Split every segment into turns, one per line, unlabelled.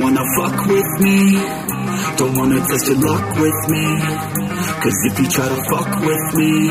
wanna fuck with me Don't wanna test your luck with me Cause if you try to fuck with me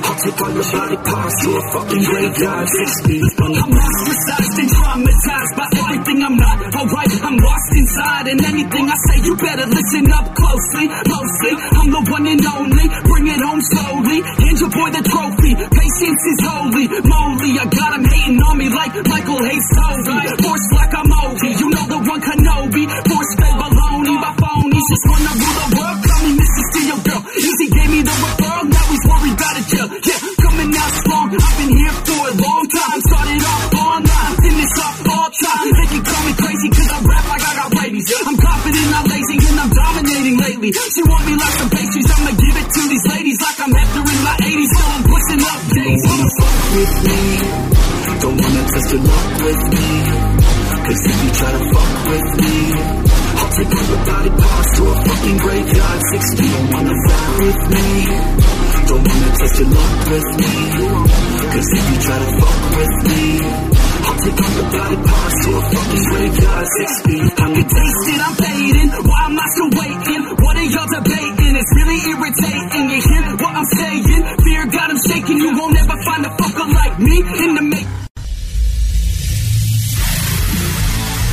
I'll take all your body parts to a fucking graveyard Six feet under I'm ostracized and traumatized by everything I'm not alright I'm lost inside and anything I say you better listen up closely Mostly, I'm the one and only Bring it home slowly Hand your boy the trophy Patience is holy moly I got him hating on me like Michael hates Toby Force like I'm Obi You know the one Kenobi Force fed baloney by phonies Just wanna rule the world Call me Mr. Steel Girl Easy gave me the referral Now he's worried about a jail Yeah, coming out strong I've been here for a long time Started off online Finish off all time They can call me crazy Cause I rap like I got rabies I'm confident, not lazy And I'm dominating lately She want me like some pastries I'ma give it to these ladies Like I'm Hector in my 80s So I'm pushing up days Don't wanna fuck with me Don't wanna test your luck with me Cause if you try to fuck with me I'll take all your body parts to a fucking graveyard Six feet Don't wanna fuck with me Don't wanna test your luck with me Cause if you try to fuck with me I'll take all your body parts to a fucking graveyard Six feet I can taste it, I'm fading Why am I still waiting? What are y'all debating? It's really irritating You hear what I'm saying? Fear got 'em shaking You won't ever find a fucker like me in the make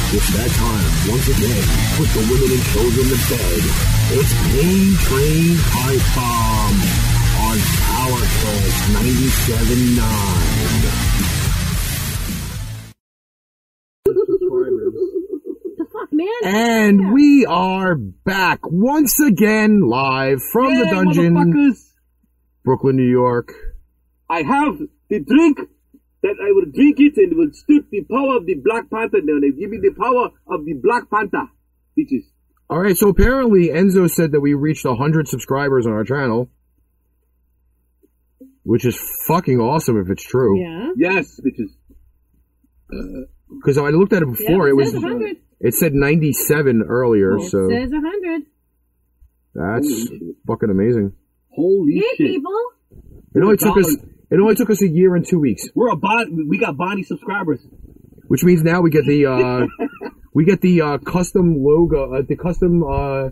It's that time once again to put the women and children to bed. It's Pain Train Pipe Bomb on Power Pulse 97.9. And we are back once again live from the
Hey,
dungeon,
motherfuckers,
Brooklyn, New York.
I have the drink that I will drink it and will stoot the power of the Black Panther down. They give me the power of the Black Panther, bitches.
All right, so apparently Enzo said that we reached 100 subscribers on our channel, which is fucking awesome if it's true.
Yeah.
Yes, bitches.
Because I looked at it before,
Yeah, it
it was
says 100.
it said 97 earlier,
It
so
says 100.
that's
Holy shit.
fucking amazing.
Holy
Hey,
shit.
people.
It only took us
Dollar.
it only took us a year and two weeks,
We're a body. We got body subscribers.
which means now we get the uh, we get the uh, custom logo, uh, the custom uh,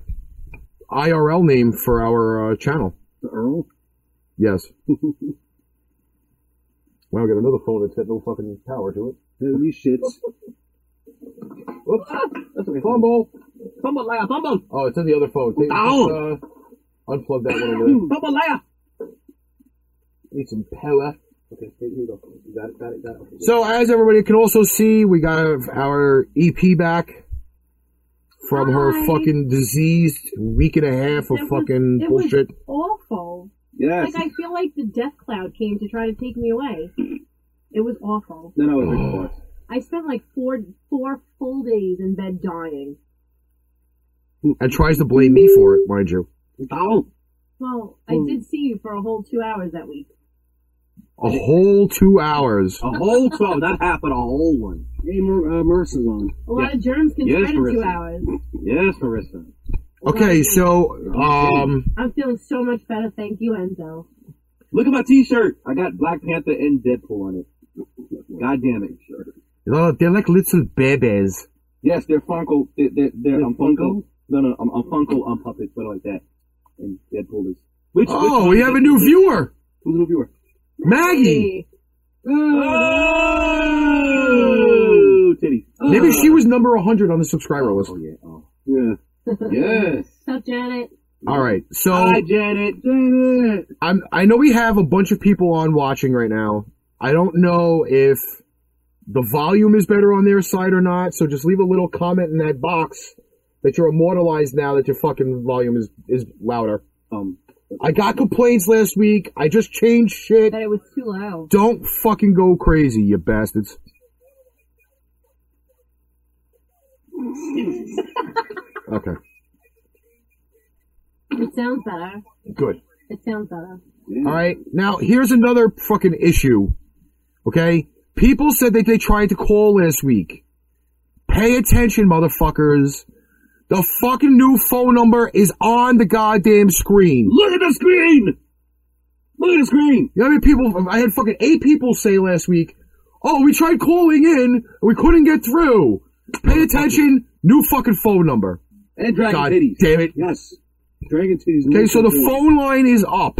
IRL name for our uh, channel.
The Earl.
Yes. Wow, we got another phone that's got no fucking power to it.
Holy shit. Whoops. That's okay.
Fumble.
Fumble liar. Fumble.
Oh, it's in the other phone. Take-
Ow!
just, uh, unplug that one over there.
Fumble liar.
Need some power.
Okay, here you go. You got it. Got it. Got it.
So, as everybody can also see, we got our EP back from her
Hi.
fucking diseased week and a half of
It was-
fucking
it was
bullshit.
awful.
Yes.
Like, I feel like the death cloud came to try to take me away. It was awful.
Then I was
Oh.
ready for it.
I spent like four four full days in bed dying.
And tries to blame me for it, mind you.
Ow.
Well, I
Hmm.
did see you for a whole two hours that week.
A whole two hours.
Oh.
A whole 12, not half, but a whole Oh, one. Hey, Mar- uh, Marissa's on.
A lot of germs can
Yes,
spread in two
Marissa.
hours.
Yes, Marissa.
Okay, so, um,
I'm feeling so much better. Thank you, Enzo.
Look at my t-shirt. I got Black Panther and Deadpool on it. God damn it.
oh, they're like little babies.
Yes, they're Funko. They're, they're, they're, I'm Funko. No, no, I'm, I'm Funko, I'm Puppet, something like that. And Deadpool is... Which,
Oh, we have a new viewer!
Who's a new viewer?
Maggie!
Oh! Titty.
Maybe she was number 100 on the subscriber list.
Oh, yeah. Oh. Yeah. Yes.
So, Janet,
Alright, so.
Hi, Janet. Janet.
I'm I know we have a bunch of people on watching right now. I don't know if the volume is better on their side or not, so just leave a little comment in that box that you're immortalized now that your fucking volume is is louder.
Um,
I got complaints last week. I just changed shit.
that it was too low.
Don't fucking go crazy, you bastards. Okay.
It sounds better.
Good.
It sounds better.
All right. Now here's another fucking issue. Okay. People said that they tried to call last week. Pay attention, motherfuckers. The fucking new phone number is on the goddamn screen.
look at the screen! Look at the screen!
You know how many people? I had fucking eight people say last week. Oh, we tried calling in, we couldn't get through. Pay attention. New fucking phone number.
And dragon
God
titties.
damn it.
Yes. Dragon titties.
Okay, so the phone line is up.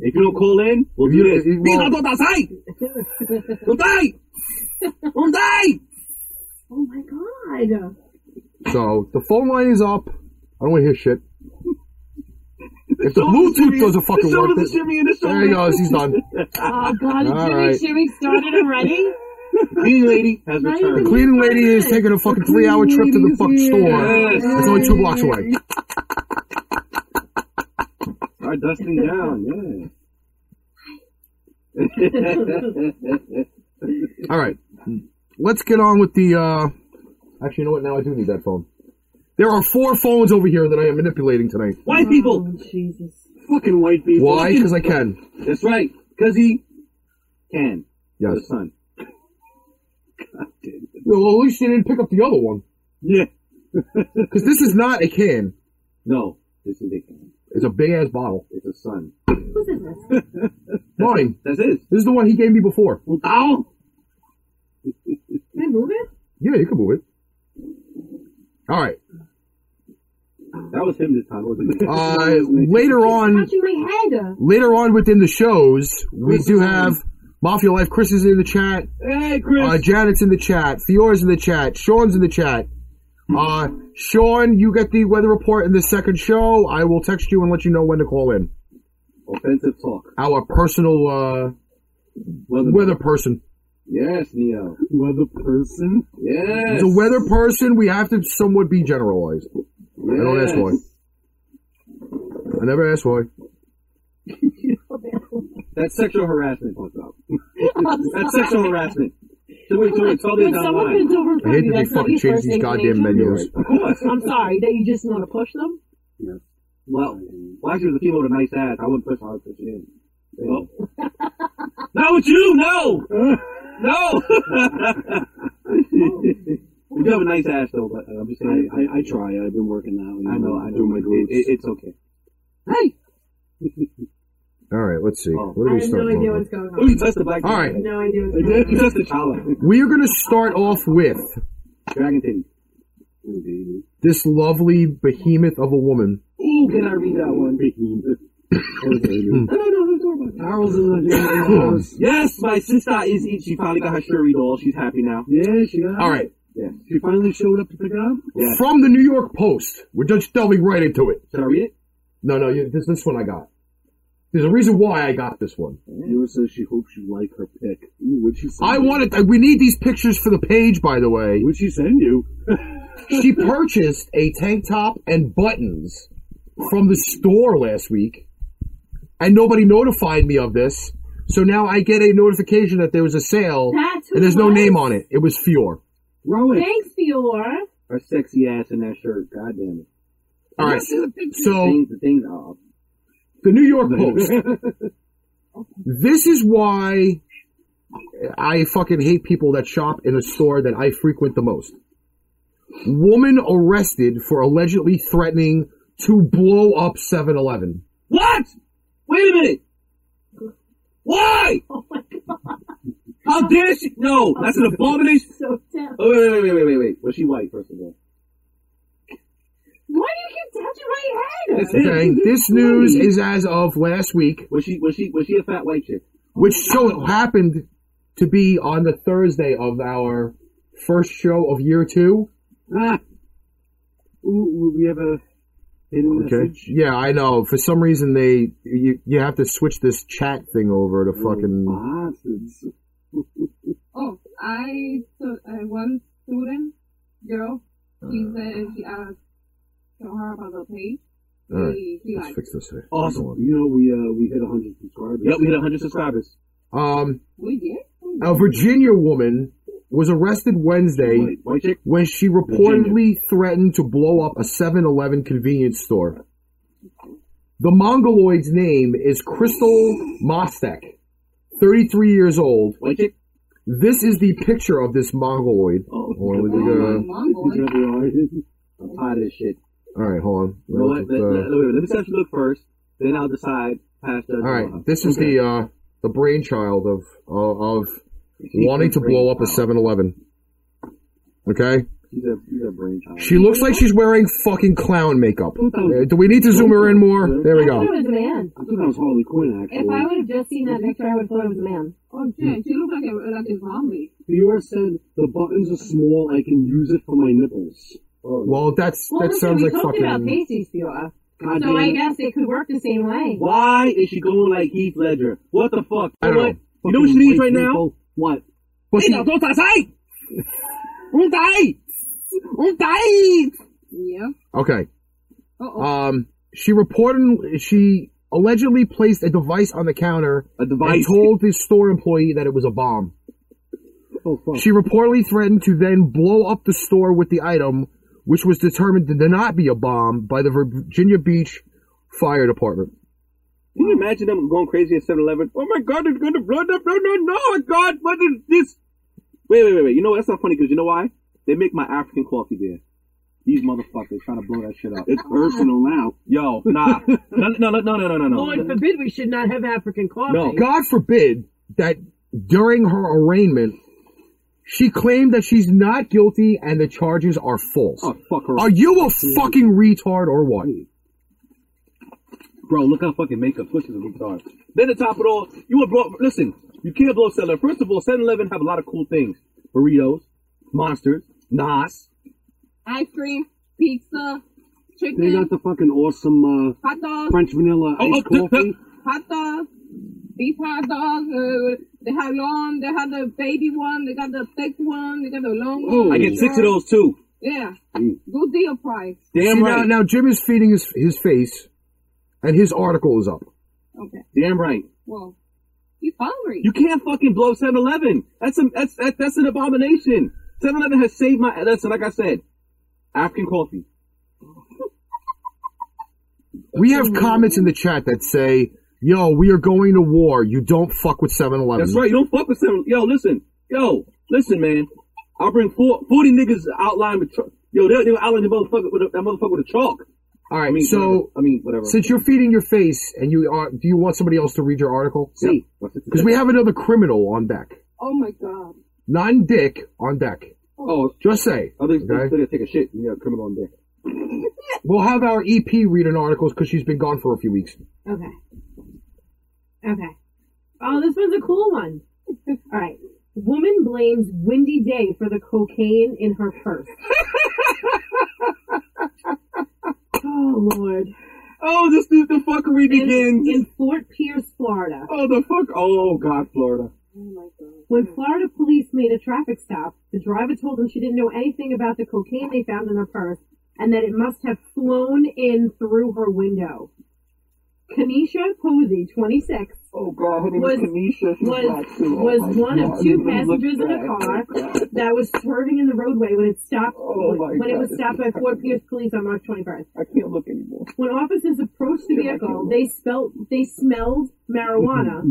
If you don't call in, we'll do
You-
this.
you-
Beat on die! Don't die! Don't die!
Oh my god.
So the phone line is up. I don't want to hear shit.
So does
If the
the
Bluetooth
shimmy-
doesn't fucking
so
work,
does the
then-
shimmy and the
there he
shimmy.
goes. He's done.
Oh god, is
All
Jimmy
right.
Jimmy started already?
Clean lady has
Right.
returned.
Cleaning lady is taking a fucking three-hour trip to the fucking store.
Yes.
It's only two blocks away.
Start dusting down, yeah.
All right, let's get on with the. uh Actually, you know what? Now I do need that phone. There are four phones over here that I am manipulating tonight.
White people!
Oh, Jesus.
Fucking white people.
Why?
Fucking-
Because I can.
That's right. Because he can. The
Yes.
son. God damn it.
Well, at least you didn't pick up the other one.
Yeah.
Because this is not a can.
No, this is a can.
It's a big ass bottle.
It's a son.
Who's is this?
Mine.
That's it.
This is the one he gave me before.
Ow!
Can I move it?
Yeah, you can move it. All right.
That was him this time, wasn't it?
Uh, later on,
Touching my head.
later on within the shows, we do have Mafia Life. Chris is in the chat.
hey, Chris!
Uh, Janet's in the chat. Fiora's in the chat. Sean's in the chat. Uh, Sean, you get the weather report in the second show. I will text you and let you know when to call in.
Offensive talk.
Our personal uh,
Weather.
weather person.
Yes, Neo.
Another person?
Yes.
The weather person. We have to somewhat be generalized. I don't ask why. I never ask why.
That's sexual harassment. What's up? That's sexual harassment. So wait, so wait, tell this
Oh, When someone
online.
bends over in front
I hate
of you,
that they
that's not
fucking
your
change
first
these goddamn
inclination?
menus.
Of course.
I'm sorry that you just want to push them.
Well, well, actually, it was a female with a nice ass. I wouldn't push hard for you. Well. Not with you, no! No! you do have a nice ass, though, but uh, I'm just
I,
saying.
I, I try. I've been working that.
I know, I know.
Through my
It-
groups.
it- it's okay. Hey!
All right, let's see.
Oh.
What do
I
we
have
start
no idea
with?
what's going
Oh, you
on.
touched the black
All right.
No idea what's
You
going on.
touched the chala.
We are going to start off with
Dragon titty.
this lovely behemoth of a woman.
Ooh, can I read that one? No, no, no, don't worry about that.
Carl's in the house.
Yes, my sister is eat. She finally got her shuri doll. She's happy now.
Yeah, she got
All right,
Yeah.
She finally showed up to pick it up.
Yeah.
from the New York Post. We're just delving right into it.
Should I read it?
No, no, you- this this one I got. There's a reason why I got this one.
Yours says she hopes you like her pick. Ooh, what'd she send
I
you?
wanted. uh, We need these pictures for the page, by the way.
What'd she send you?
She purchased a tank top and buttons from the store last week, and nobody notified me of this. So now I get a notification that there was a sale,
That's who
and there's
it
no
was?
name on it. It was Fior.
Rowan.
Thanks, Fiora.
Her sexy ass in that shirt. God damn it.
All right. So
Things, the things oh, are
the New York Post. this is why I fucking hate people that shop in a store that I frequent the most. Woman arrested for allegedly threatening to blow up 7-Eleven.
What? Wait a minute. Why?
Oh my god,
How dare she? No, that's an abomination.
so tough.
Oh, wait, wait, wait, wait, wait, wait. Was she white, first of all?
Why do you keep touching my head?
That's it.
Okay, this news is as of last week,
Was she, was she, was she a fat white chick?
which so happened to be on the Thursday of our first show of year two.
Ah. Ooh, ooh, we have a hidden message.
Yeah, I know. For some reason, they you, you have to switch this chat thing over to fucking.
Bastards.
Oh, I so uh, one student girl. She
Mm.
said she asked to her about the page.
All right,
She, she
let's
liked.
fix this. Here.
Awesome.
You know, we uh, we hit 100 subscribers.
Yep, we had 100 subscribers.
Um,
We did.
a Virginia woman was arrested Wednesday
White, white chick?
when she reportedly threatened to blow up a 7-Eleven convenience store. The mongoloid's name is Crystal Mostek, 33 years old.
White chick?
This is the picture of this mongoloid.
Oh,
Hold on, let me
Oh,
go-
my Mongol.
I'm tired of this shit.
all right, hold on.
You know what?
Uh,
Let, let, let, let me actually look first, then I'll decide. Pass judgment.
All
on her.
right, this is
Okay.
the uh, the brainchild of uh, of wanting to blow up a 7-Eleven. Okay,
He's a, he's a brainchild.
She looks like she's wearing fucking clown makeup. Uh, Do we need to zoom her in more? There we
I thought it
go.
was a man.
I thought that was Harley Quinn, actually.
If I
Mm.
would have just seen that picture, I would have thought it was a man.
Oh shit, she looks like a like a zombie.
Fiora said, the buttons are small, I can use it for my nipples. Oh,
Well, that's
Well,
that
listen,
sounds
we
like
talked about
fucking.
pasties, Fiora.
God
So
damn
I
it.
guess it could work the same way.
Why is she going like Heath Ledger? What the fuck?
I don't
what?
know.
You know what she
Fucking
needs
white
right now?
people.
What?
Well,
Hey,
she-
now, don't touch hey! Don't die! Don't die!
Yeah.
okay.
Uh-oh.
Um, she reported she allegedly placed a device on the counter
A
and
device.
told the store employee that it was a bomb.
Oh, fuck.
She reportedly threatened to then blow up the store with the item, which was determined to not be a bomb by the Virginia Beach Fire Department.
Can you imagine them going crazy at 7-Eleven? Oh my god, it's gonna blow it up. No, no, no, oh my god, what is this? Wait, wait, wait, wait. You know what? That's not funny because you know why? They make my African coffee there. These motherfuckers trying to blow that shit up.
It's personal now.
Yo, nah. No, no, no, no, no, no, no,
Lord
no.
forbid we should not have African coffee.
No.
God forbid that during her arraignment, she claimed that she's not guilty and the charges are false.
Oh, fuck her
Are
up.
you a
Mm.
fucking retard or what?
Bro, look how fucking makeup pushes a retard.
Then to top it all, you would blow, listen, you can't blow 7-Eleven. First of all, 7-Eleven have a lot of cool things. Burritos, monsters, Nas.
Ice cream, pizza,
They
chicken,
got the fucking awesome, uh,
hot dogs,
French vanilla
Oh,
iced
oh,
coffee.
hot dogs, beef hot dogs. Uh, they have long. They have the baby one. They got the thick one. They got the long one.
Oh,
I get six of those too.
Yeah.
Mm.
Good deal price.
Damn
See,
right.
Now, now Jim is feeding his his face, and his article is up.
Okay.
Damn right.
Well, he's hungry.
You can't fucking blow 7-Eleven. That's a, that's, that, that's an abomination. 7-Eleven has saved my, listen, like I said, African coffee.
We have comments in the chat that say, "Yo, we are going to war. You don't fuck with 7-Eleven."
That's right. You don't fuck with 7 Yo, listen. Yo, listen, man. I'll bring four, 40 niggas outline with, chalk. yo, they'll, they'll outline the motherfucker with a, that motherfucker with a chalk.
All right.
I mean,
so,
whatever. I mean, whatever.
since you're feeding your face, and you are, do you want somebody else to read your article?
See.
Because we have another criminal on deck,
Oh my god.
non Dick on deck.
Oh,
Just say.
I think
Okay.
they're gonna take a shit. Yeah, criminal on deck.
We'll have our EP read an article because she's been gone for a few weeks.
Okay. Okay. Oh, this one's a cool one. All right. Woman blames Windy Day for the cocaine in her purse. oh, Lord.
Oh, this is the fuckery
In,
begins.
in Fort Pierce, Florida.
oh, the fuck. Oh, God, Florida.
When Florida police made a traffic stop, the driver told them she didn't know anything about the cocaine they found in her purse and that it must have flown in through her window. Kanisha Posey, 26,
Oh, God. Her name
was
is Kanisha. She's
was,
black, too. Oh,
was
my
one
God.
of
She
two
looks
passengers in a
bad.
car that was swerving in the roadway when it stopped
Oh, my
when it
God,
was
this
stopped
is
by Fort Pierce police on March 21st.
I can't look anymore.
When officers approached the vehicle, they spelt they smelled marijuana.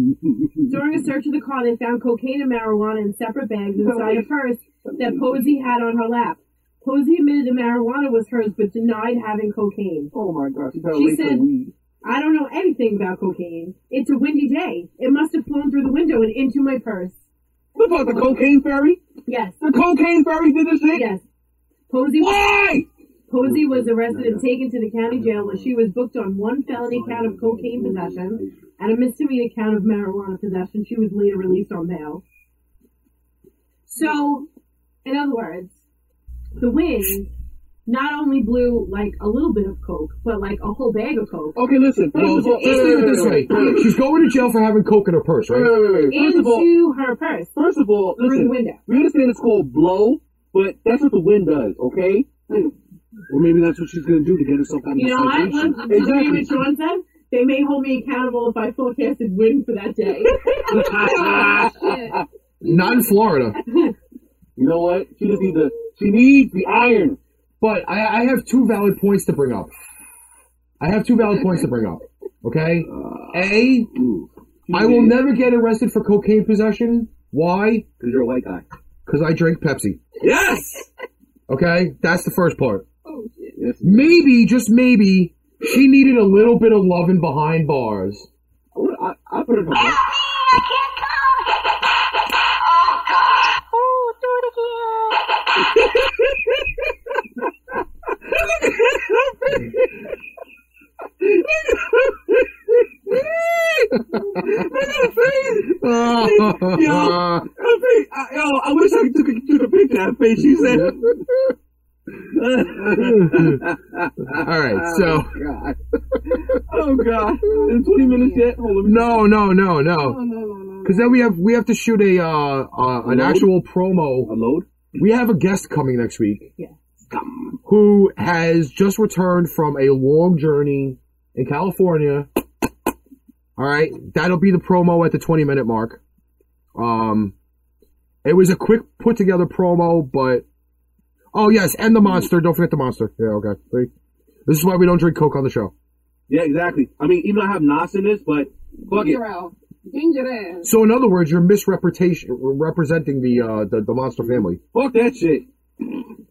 During a search of the car, they found cocaine and marijuana in separate bags inside a purse that Posey had on her lap. Posey admitted the marijuana was hers, but denied having cocaine.
Oh, my God. She's got
She
a lace
said-
of weed.
I don't know anything about cocaine. It's a windy day. It must have flown through the window and into my purse.
What about the cocaine fairy?
Yes,
The cocaine fairy did this shit?
yes. Posey
Why?
Posey was arrested and taken to the county jail where she was booked on one felony count of cocaine possession and a misdemeanor count of marijuana possession. She was later released on bail. So, in other words, the wind not only blew like a little bit of coke, but like a whole bag of coke
Okay, listen. First
Well,
of all,
let's leave it this way: she's going to jail for having coke in her purse,
Wait,
right?
wait, wait, wait. First of all,
into her purse.
first of all,
the
listen.
window.
We understand it's called blow, but that's what the wind does, okay?
Or maybe that's what she's gonna do to get herself out of
You know what?
citation.
Let's let's read what Sean said. They may hold me accountable if I forecasted wind for that day.
Shit.
Not in Florida.
You know what? She just needs the she needs the iron.
But I, I have two valid points to bring up. I have two valid points to bring up. Okay? A, I will never get arrested for cocaine possession. Why?
Because you're a white guy.
Because I drink Pepsi.
Yes.
Okay? That's the first part.
Oh shit.
Yes.
Maybe, just maybe, she needed a little bit of loving behind bars.
I, would- I, I put it in a
Ah!
Oh, do it again.
Uh,
I think- I- yo, I wish I took a, took a picture of that face. She said,
all right, so
"Oh God, in 20 minutes yet? Hold on, let me-
no, no, no,
No, no,
no,
Oh.
no, no.
because then we have we have to shoot a uh, uh an actual promo.
Unload.
We have a guest coming next week.
Yeah.
Who has just returned from a long journey in California. All right. That'll be the promo at the 20 minute mark. Um, it was a quick put together promo, but. Oh, yes. And the monster. Don't forget the monster. Yeah. Okay. See? This is why we don't drink Coke on the show.
Yeah, exactly. I mean, even though I have Nas in this, but fuck it.
Ginger ale. Ginger ale.
So, in other words, you're misrepresentation, representing the, uh, the, the monster family.
Fuck that shit.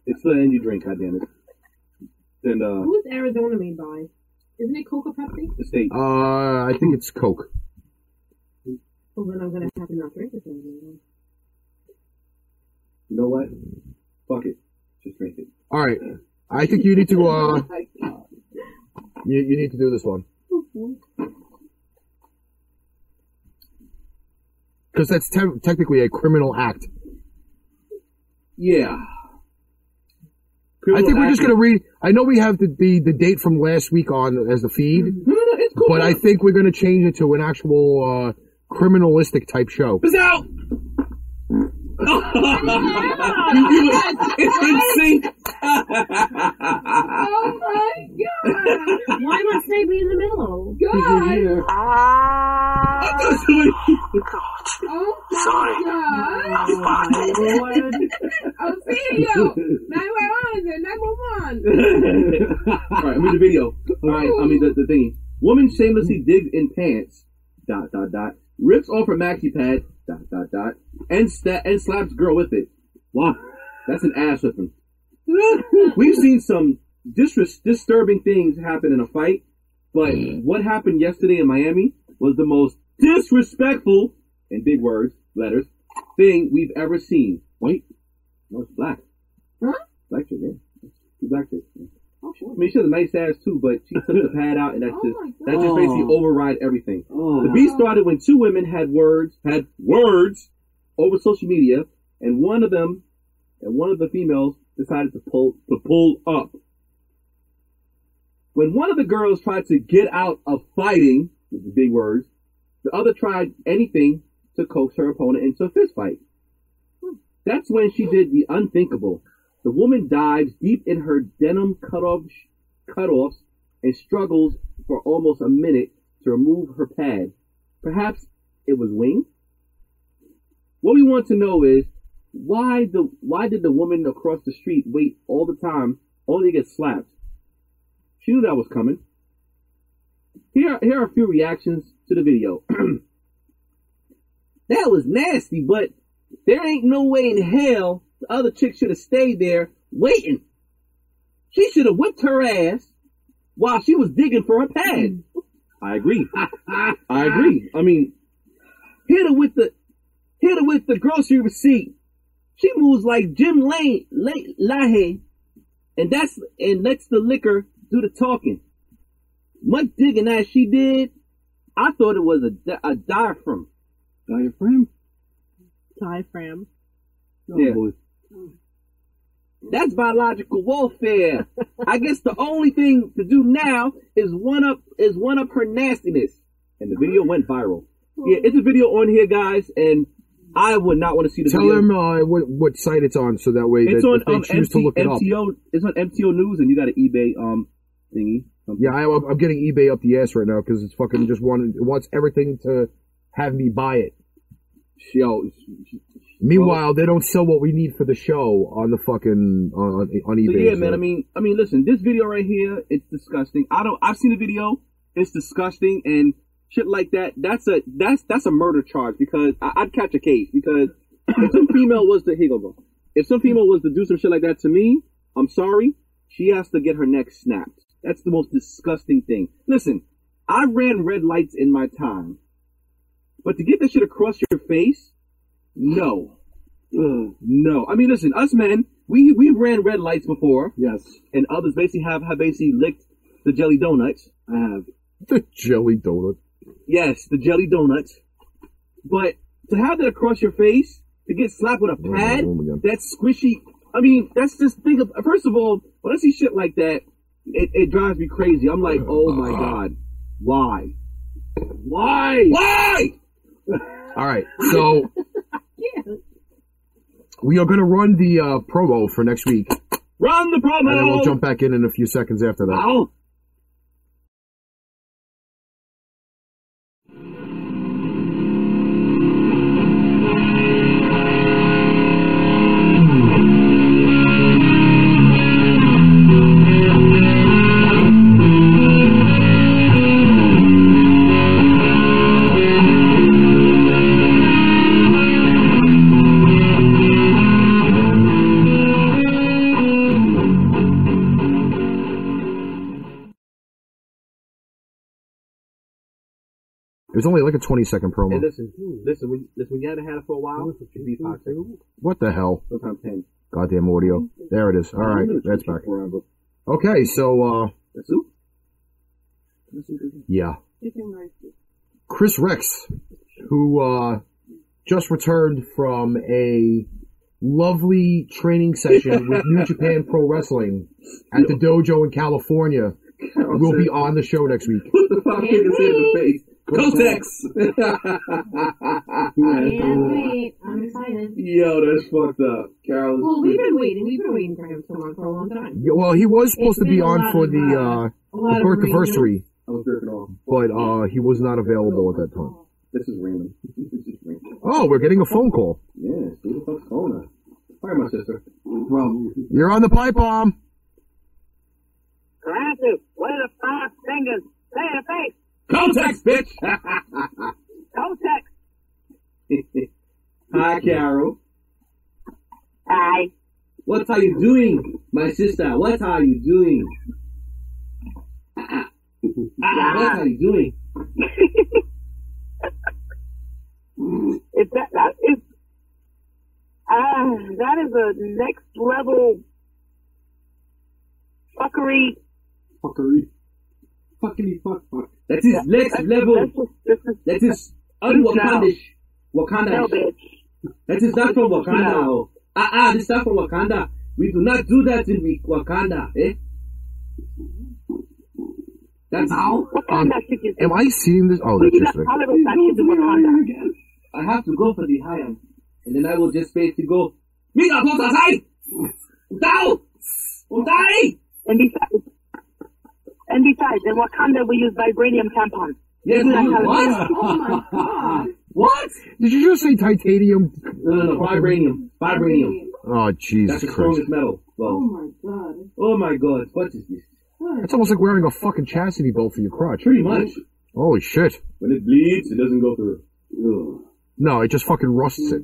It's the end you drink, goddamn it. Then uh,
Who's Arizona made by? Isn't it Coca Pepsi?
the state.
Uh, I think it's Coke.
Well, then I'm gonna have to not drink it anymore.
You know what? Fuck it. Just drink it.
All right. I think you need to, uh, you, you need to do this one. Because that's te- technically a criminal act.
Yeah.
I think we're just going to read. I know we have the, the, the date from last week on as the feed,
No, no, no, it's cool.
but I think we're going to change it to an actual uh, criminalistic type show.
It's out. it's in sync.
Oh my god!
Why must they be in the middle?
God! Oh
Sorry.
my god! I'll see you! 911! 911!
All right, I mean the video. All right, I mean the, the thingy. Woman shamelessly digs in pants. Dot dot dot. Rips off her maxi pad. Dot dot dot. And sta- and slaps girl with it. Wow, that's an ass whipping. We've seen some dis- disturbing things happen in a fight, but what happened yesterday in Miami was the most disrespectful, in big words, letters, thing we've ever seen. Wait, no, it's black.
Huh?
Black shit, yeah. She black shit. yeah.
Oh,
I mean, she has a nice ass too, but she took the pad out, and that's
Oh
just
my
that just
God.
basically override everything. The
Oh,
beef started when two women had words had words over social media, and one of them and one of the females decided to pull to pull up. When one of the girls tried to get out of fighting, with the big words, the other tried anything to coax her opponent into a fist fight. That's when she did the unthinkable. The woman dives deep in her denim cutoff cutoffs and struggles for almost a minute to remove her pad. Perhaps it was wing. What we want to know is why the why did the woman across the street wait all the time only to get slapped? She knew that was coming. Here, here are a few reactions to the video. that was nasty, but there ain't no way in hell the other chick should have stayed there waiting. She should have whipped her ass while she was digging for her pad. I agree. I agree. I mean, hit her with the hit her with the grocery receipt. She moves like Jim Lane, Lane Lahey, and that's and lets the liquor do the talking. Much digging as she did, I thought it was a, di- a diaphragm.
diaphragm.
Diaphragm.
Oh,
Yeah.
boy.
That's biological warfare. I guess the only thing to do now is one up is one up her nastiness. And the video went viral. Yeah, it's a video on here, guys, and I would not want to see the
Tell
video.
them uh, what, what site it's on so that way
it's
that
on
if they
um,
choose to
MT-
look it up.
MTO. It's on MTO News, and you got an eBay um thingy. something.
Yeah, I, I'm I'm getting eBay up the ass right now because it's fucking just wanted, it wants everything to have me buy it.
Yo,
Meanwhile, they don't sell what we need for the show on the fucking on on
So
eBay.
yeah,
so-
man. I mean, I mean, listen. This video right here, it's disgusting. I don't. I've seen the video. It's disgusting and shit like that. That's a that's that's a murder charge because I, I'd catch a case because if some female was to here you go, bro. if some female was to do some shit like that to me, I'm sorry. She has to get her neck snapped. That's the most disgusting thing. Listen, I ran red lights in my time, but to get that shit across your face, no.
Ugh,
No, I mean, listen, us men, we we ran red lights before,
yes.
and others basically have have basically licked the jelly donuts. I have.
The jelly donut.
Yes, the jelly donuts. But to have that across your face, to get slapped with a
Oh,
pad,
oh my God.
that's squishy. I mean, that's just think of. First of all, when I see shit like that, it, it drives me crazy. I'm like, oh my
Ah.
god, why, why, why?
All right, so we are going to run the uh, promo for next week, and
Run the promo.
then we'll jump back in in a few seconds after that.
Ow.
It was only like a twenty second
Hey,
promo.
listen, listen. When, listen, when you haven't had it for a while, it should be five seconds.
What the hell?
Sometimes ten.
Goddamn audio. There it is. All right, that's back.
Forever.
Okay, so uh,
That's soup.
yeah, Chris Rex, who uh, just returned from a lovely training session with New Japan Pro Wrestling at the dojo in California, will be on the show next week.
Put the five seconds in the face.
Can't
Kotex.
wait. I'm excited.
Yo, that's fucked up. Carolyn.
Well, we've been waiting. We've been waiting for him to come on for a long time.
Yeah, Well, he was supposed
It's
to be
been a
on
lot
for
of,
the,
A
uh,
lot
the
of
birth
radio-
anniversary,
I was jerking off.
but uh, he was not available at that time.
This is random. This is random.
Oh, we're getting a phone call.
Yeah, see the fuck's going on. Sorry, my sister. Well,
You're on the pipe bomb.
Glasses, play the five fingers, play the face,
Kotex, bitch!
Kotex.
Hi, Carol.
Hi,
What are you doing, my sister? What are you doing? Ah, ah. Ah, ah, what are you doing?
it's that, that is, ah, that is a next level fuckery.
Fuckery. Fuckity fuck fuck. That is next level.
That's just, this is
That is unwakandish. Wakandish.
no bitch.
That is not from Wakanda. oh. Ah ah, this is not from Wakanda. We do not do that in Wak- Wakanda, eh? That's how
What kind of shit is
Am I seeing this? Oh,
We
that's
do not
just
tolerate that shit in Wakanda.
I have to go for the high end. And then I will just basically go, Mira, put aside! Down! Untai!
And besides, and besides, in Wakanda we use vibranium tampons.
Yes,
We do not
you-
tolerate
what? What?
Did you just say titanium?
No, no, no, vibranium. Vibranium.
Oh,
That's the
Jesus Christ.
strongest metal.
Oh
Well,
my god.
oh my god, what is this?
It's almost like wearing a fucking chastity belt for your crotch.
Pretty much.
Holy shit.
When it bleeds, it doesn't go through. Ugh.
No, it just fucking rusts it.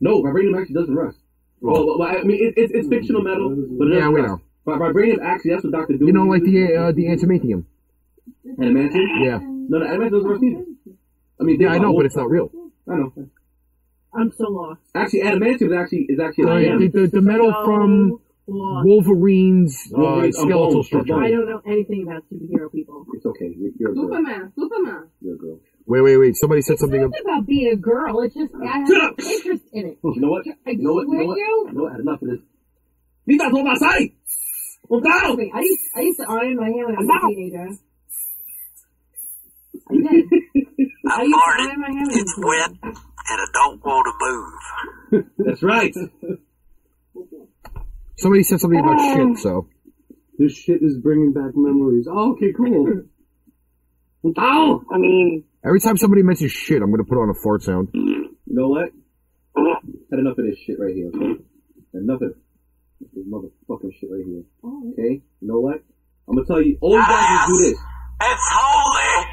No, vibranium actually doesn't rust. Well, well, I mean, it, it's it's fictional metal, but it
Yeah,
doesn't
we
rust. Vi- Vibranium actually, that's what Dr. Doom
You know, like the uh, the antimathium.
Adamantium?
Yeah.
No, the adamantium doesn't rust either. I mean,
Yeah, I know, but it's not real.
I know.
I'm so lost.
Actually, adamantium is actually, is actually
Uh,
a gem.
the, the, the metal
So
from
lost.
Wolverine's uh,
Wolverine's- a
skeletal
bone, a
structure.
bone.
I don't know anything about superhero people.
It's okay. You're, you're a girl.
Superman, Superman.
You're a girl.
Wait, wait, wait. Somebody said something. ab-
It's about being a girl. It's just I have
Shut up.
interest in it.
You know what? You
I
know what?
swear
You know what?
you.
You know what? I had enough of this. Leave that home outside! Well, down!
I used, I used to iron my hair when I was a teenager. I did. I used to iron my hair when I was a teenager.
Wet, and I don't want to move.
That's right.
Somebody said something about shit. So
This shit is bringing back memories. Oh, okay, cool.
Ow!
I mean,
every time somebody mentions shit, I'm gonna put on a fart sound.
You know what? Had enough of this shit right here, okay? Enough of this motherfucking shit right here. Okay? You know what? I'm gonna tell you, all you guys can do this.
It's holy!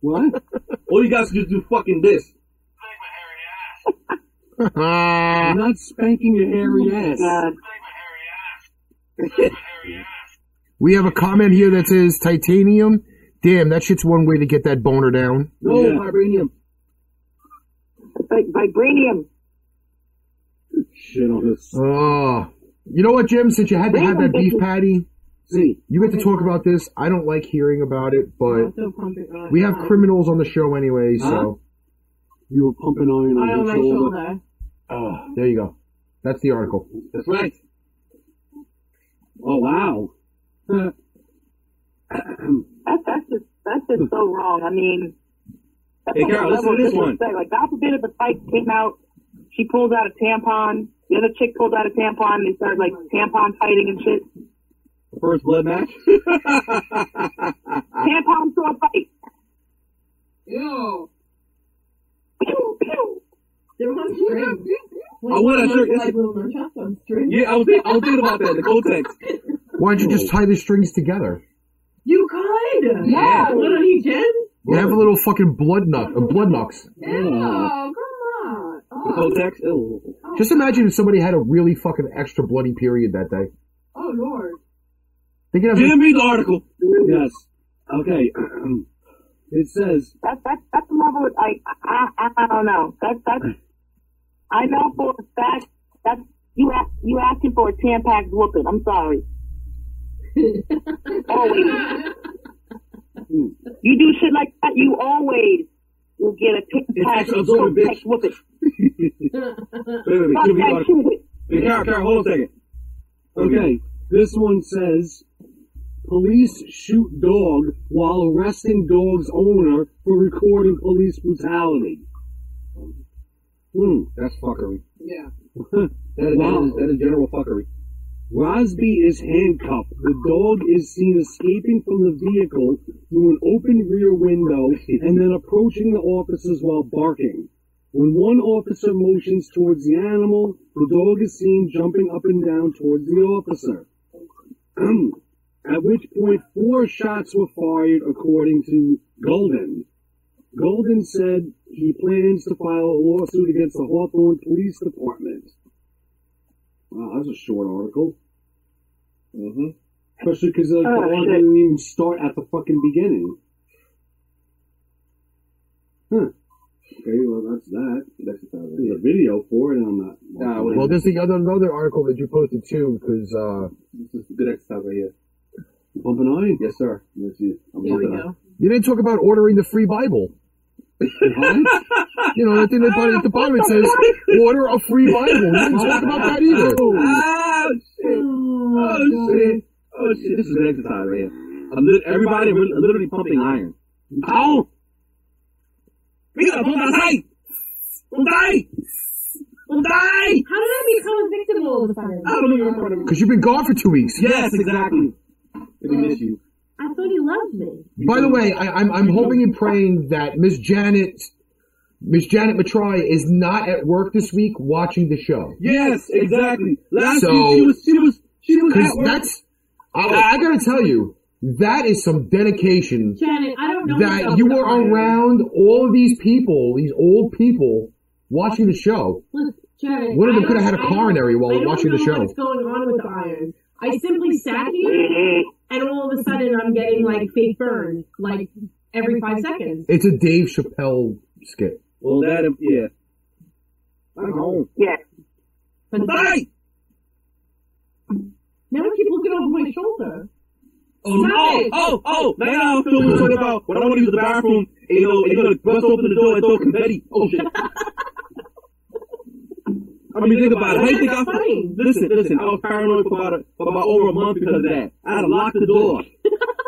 what?
All you guys can just do fucking this.
I'm
Ah,
not spanking your hairy ass.
God.
we have a comment here that says titanium. Damn, that shit's one way to get that boner down.
No,
Yeah.
vibranium.
It's like vibranium.
Shit on this.
Oh, you know what, Jim? Since you had to have that beef patty, See, you get to talk about this. I don't like hearing about it, but
uh,
we have criminals on the show anyway, so
You were pumping iron on
I on
your
my
shoulder.
shoulder.
Ah,
there you go. That's the article.
that's right. Oh wow.
That's that's just that's just so wrong. I mean, that's
Hey,
like a
Carol, listen to
level of
this one.
disrespect. Like God forbid if the fight came out, she pulled out a tampon. The other chick pulled out a tampon. and They started like tampon fighting and shit.
First blood match.
Tampon sword fight.
Ew.
Pew, pew.
They're on string.
I want a shirt.
Like little nunchucks on string.
Yeah, I was think, I was thinking about that. The Gotex.
Why don't you just tie the strings together?
You could.
Yeah.
One on each end.
You have a little fucking blood nut, uh, blood knucks.
Ew, come
Oh,
on.
The
Oh,
Gotex. Ew.
Just imagine if somebody had a really fucking extra bloody period that day.
oh Lord.
They could have
Give me the article. Yes. Okay. it says
That's that's that's the level. Of, like I, I I don't know. That's that's. I know for a fact that's you ask, you asking for a tampon whooping. I'm sorry. always. You do shit like that, you always will get a tampon
extra absorbent, bitch.
Tampax
Wait,
whooping.
wait, wait.
Fuck
Give me the
that
article.
shit.
Hey, Carol, Carol, hold on a second. Okay, this one says, police shoot dog while arresting dog's owner for recording police brutality. Hmm,
That's fuckery.
Yeah.
that is,
Wow.
that is general fuckery. Rosby is handcuffed. The dog is seen escaping from the vehicle through an open rear window and then approaching the officers while barking. When one officer motions towards the animal, the dog is seen jumping up and down towards the officer. At which point, four shots were fired, according to Golden. Golden said he plans to file a lawsuit against the Hawthorne Police Department. Wow, that's a short article. Mm-hmm. Especially because like,
Oh,
the article
shit.
didn't even start at the fucking beginning. Huh. Okay, well that's that. There's a video for it, and I'm not.
Nah, wait.
Well, there's the other another article that you posted too, because uh,
This is good exercise right here.
Bumping iron?
Yes, sir.
Yes, yes. I'm
Here we
bumping iron.
go.
you didn't talk about ordering the free Bible.
Huh?
You know, the thing that at the bottom it says order a free Bible. You didn't talk about that either.
Ah, shit. Oh, shit. Oh, shit. This is an exercise right here. I'm lit- everybody ri- literally pumping iron. Ow! We gotta pump outside! Don't die! Don't die!
How did I become a victim all of a sudden?
I don't know you're in front of me.
Because you've been gone for two weeks.
Yes, exactly. Let me miss you.
I thought he loved me.
By the way, I, I'm I'm hoping and praying that Miss Janet, Miss Janet Matry is not at work this week watching the show.
Yes, exactly. Last
So-
week she was, she was, she was
Because
at work.
that's, I, I gotta tell you, that is some dedication
Janet, I don't know
that
myself
you
at
were
all.
around all of these people, these old people, watching the show.
Listen, Janet,
One of them
I
coulda
don't-
had a
I don't-
coronary while
I don't
watching the
know
show.
What's going on with the irons? I simply Mm-hmm. sat here, and all of a sudden, I'm getting like fake burn, like every five seconds.
It's a Dave Chappelle skit.
Well, that, yeah. I'm home.
Yeah.
But
Die!
now I keep looking over my shoulder.
Oh, no. oh, oh, now I feel what you're talking about. When I want to use the bathroom, and, you know, and you're gonna bust open the door and throw confetti. Oh shit. I mean, think about it. How you think I feel? Listen, listen, I was paranoid for about, a, for about over a month because of that. I had to lock the door.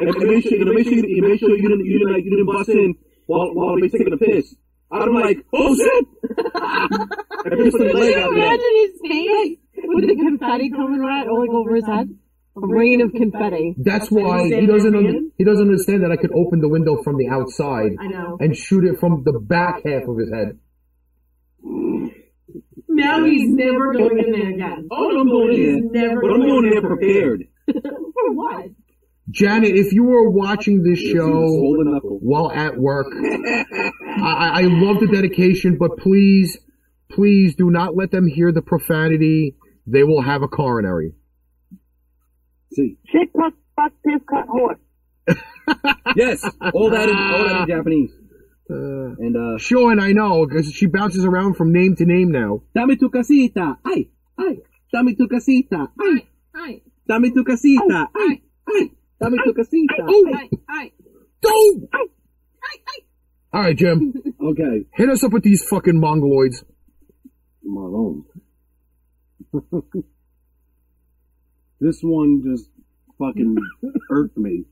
and, and make sure, and make sure, you, and make sure you didn't, you didn't, like, you didn't bust in while, while they taking a piss. I'm like, oh shit! and I pissed on the
Can
leg
you
after that.
imagine his face with the confetti coming right like over his head? A rain of confetti.
That's why he doesn't un- he doesn't understand that I could open the window from the outside
I know.
and shoot it from the back half of his head.
Now he's never going in there again.
Oh, I'm going
He's
in there.
never
But I'm
going
going in
in
there prepared.
For what?
Janet, if you were watching this
Just
show
hold the knuckle.
while at work, I, I I love the dedication, but please, please do not let them hear the profanity. They will have a coronary.
See.
Shit, fuck, fuck, piss, cut, horse.
Yes, all that is, all that is Japanese.
Uh,
And, uh,
Sean, I know, because she bounces around from name to name now.
Dame tu casita. Ay, ay. Dame tu casita. Ay,
Hi.
dame tu casita. Ay, ay.
Tommy took a seat.
Oh.
Alright.
Don't. All right, Jim.
Okay.
Hit us up with these fucking mongoloids.
Marlon. this one just fucking irked me.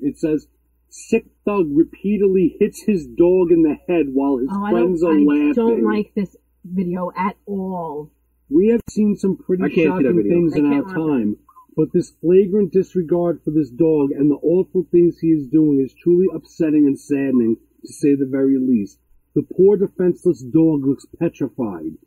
It says, sick thug repeatedly hits his dog in the head while his
Oh, I
friends
don't,
are
I
laughing.
don't like this video at all.
We have seen some pretty
I can't see that
shocking
video.
things
I
in our
can't watch it.
time, but this flagrant disregard for this dog and the awful things he is doing is truly upsetting and saddening, to say the very least. The poor defenseless dog looks petrified.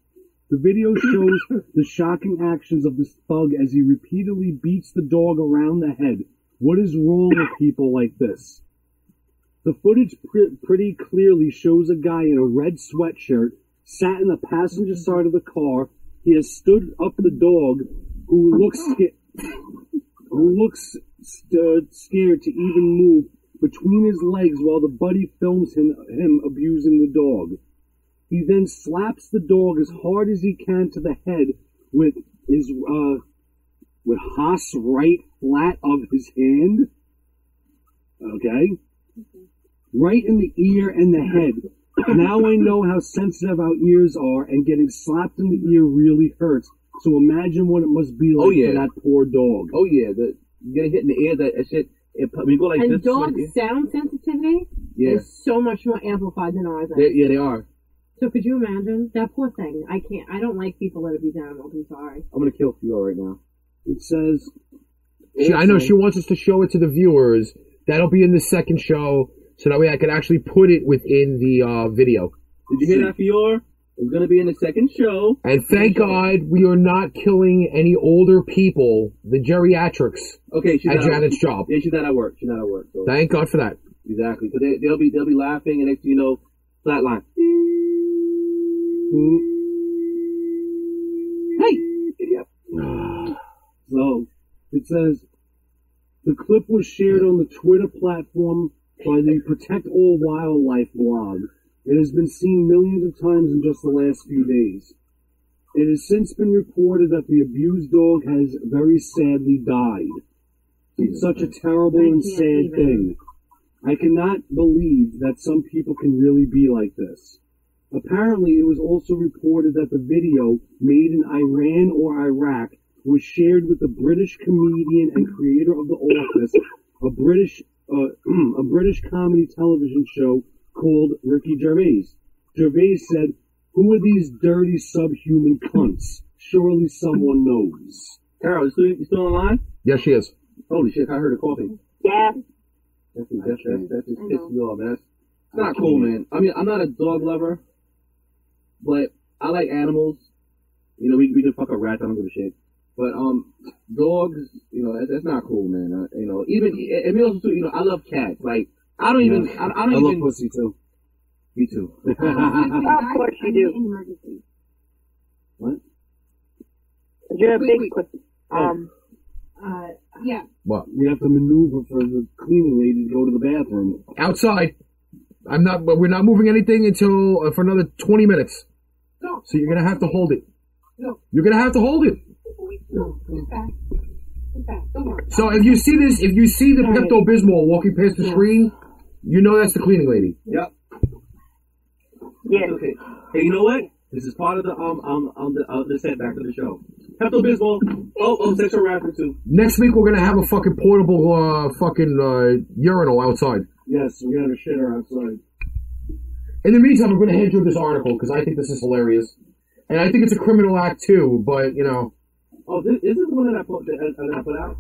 The video shows the shocking actions of this thug as he repeatedly beats the dog around the head. What is wrong with people like this? The footage pr- pretty clearly shows a guy in a red sweatshirt sat in the passenger side of the car. He has stood up the dog, who looks sca- who looks st- scared to even move between his legs while the buddy films him, him abusing the dog. He then slaps the dog as hard as he can to the head with his uh, with Haas right flat of his hand. Okay right in the ear and the head. Now I know how sensitive our ears are, and getting slapped in the ear really hurts. So imagine what it must be like
Oh, yeah.
for that poor dog.
Oh yeah, the getting hit in the ear. That, that shit. It, when you go like
And
this.
dog
like,
sound sensitivity
yeah,
is so much more amplified than ours.
they, yeah, they are.
So could you imagine that poor thing? I can't. I don't like people that abuse animals. I'm sorry.
I'm gonna kill Theo right now.
It says,
She, I know she wants us to show it to the viewers. That'll be in the second show, so that way I can actually put it within the uh, video.
Did you hear that, Fior? It's gonna be in the second show.
And thank God we are not killing any older people, the geriatrics,
Okay, she's
at
out.
Janet's job.
Yeah, she's not at work. She's not at work. So
Thank God for that.
exactly. So they, they'll be they'll be laughing, and next thing you know, flatline.
Hmm.
Hey, idiot.
so it says, the clip was shared on the Twitter platform by the Protect All Wildlife blog. It has been seen millions of times in just the last few days. It has since been reported that the abused dog has very sadly died. It's such a terrible
can't
and sad
even.
thing. I cannot believe that some people can really be like this. Apparently, it was also reported that the video made in Iran or Iraq was shared with the British comedian and creator of The Office, a British uh, a British comedy television show called Ricky Gervais. Gervais said, "Who are these dirty subhuman cunts? Surely someone knows."
Carol, you still, you still online?
Yes, she is.
Holy shit, I heard her coughing.
Yes.
That's that's that's, that's just
I know.
pissed me off. That's it's not cool, man. I mean, I'm not a dog lover, but I like animals. You know, we we can fuck a rat. I don't give a shit. But um, dogs, you know, that, that's not cool, man. Uh, you know, even and me also too. You know, I love cats. Like I don't even. I, I don't
I
even.
love pussy too.
Me too.
Of course you do.
Emergency.
You're a
Wait,
big
wait. Oh.
pussy. Um,
Uh,
Yeah.
We have to maneuver for the cleaning lady to go to the bathroom.
Outside. I'm not. but We're not moving anything until uh, for another 20 minutes.
Go.
So you're gonna have to hold it.
No.
You're gonna have to hold it.
No. Sit back. Sit back. Come on.
So if you see this, if you see the Pepto Bismol walking past the screen, you know that's the cleaning lady.
yep.
yes.
Okay. Hey, you know what? This is part of the um um um the uh, the setback of the show. Pepto Bismol. Oh oh, sexual rapper too.
Next week we're gonna have a fucking portable uh, fucking uh, urinal outside.
Yes, we have a shitter outside.
In the meantime, I'm gonna hand you this article because I think this is hilarious, and I think it's a criminal act too. But you know,
Oh, this, is this the one that I put that, uh, that I put out?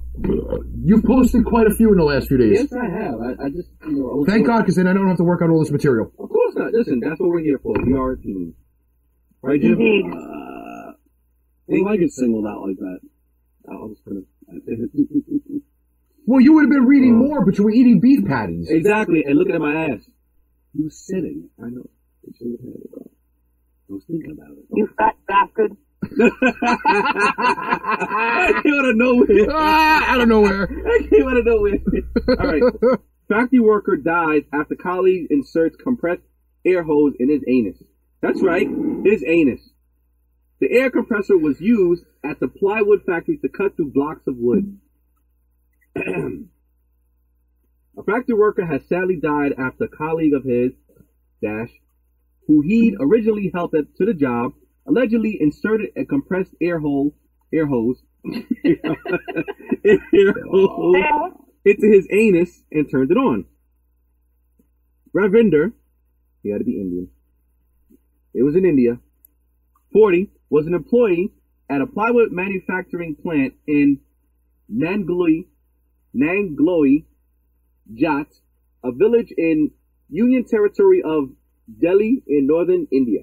you've posted quite a few in the last few days.
Yes, I have. I, I just, you know, I was
Thank God, because then I don't have to work on all this material.
Of course not. Listen, that's what we're here for. We are a team, right, Jim?
Indeed.
Uh,
Well, I get singled out like that.
I was gonna.
Well, you would have been reading more, but you were eating beef patties.
exactly, and looking at my ass.
You was sitting.
I know. I should have had it. I was thinking about it.
You fat bastard.
I came out of nowhere.
Ah, out of nowhere.
I came out of nowhere. All right. Factory worker dies after colleague inserts compressed air hose in his anus. That's right, his anus. The air compressor was used at the plywood factory to cut through blocks of wood. A factory worker has sadly died after a colleague of his, dash, who he'd originally helped at, to the job, allegedly inserted a compressed air hole, air hose, air hole into his anus and turned it on. Ravinder, he had to be Indian. It was in India. 40 was an employee at a plywood manufacturing plant in Nangloi, Nangloi Jat, a village in Union Territory of Delhi in northern India.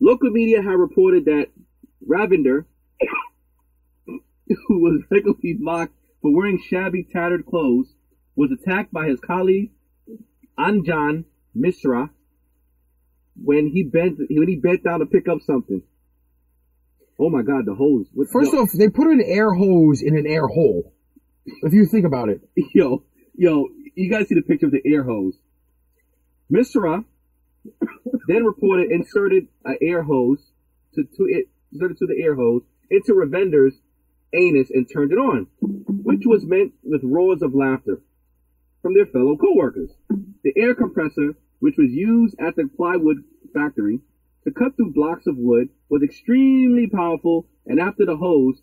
Local media had reported that Ravinder, who was regularly mocked for wearing shabby, tattered clothes, was attacked by his colleague Anjan Mishra when he bent when he bent down to pick up something. Oh my God, the hose! What-
First
yo,
off, they put an air hose in an air hole. If you think about it,
yo, yo, you guys see the picture of the air hose? Mishra then reported inserted an air hose to, to it inserted to the air hose into Revender's anus and turned it on, which was met with roars of laughter from their fellow co-workers. The air compressor, which was used at the plywood factory to cut through blocks of wood, was extremely powerful, and after the hose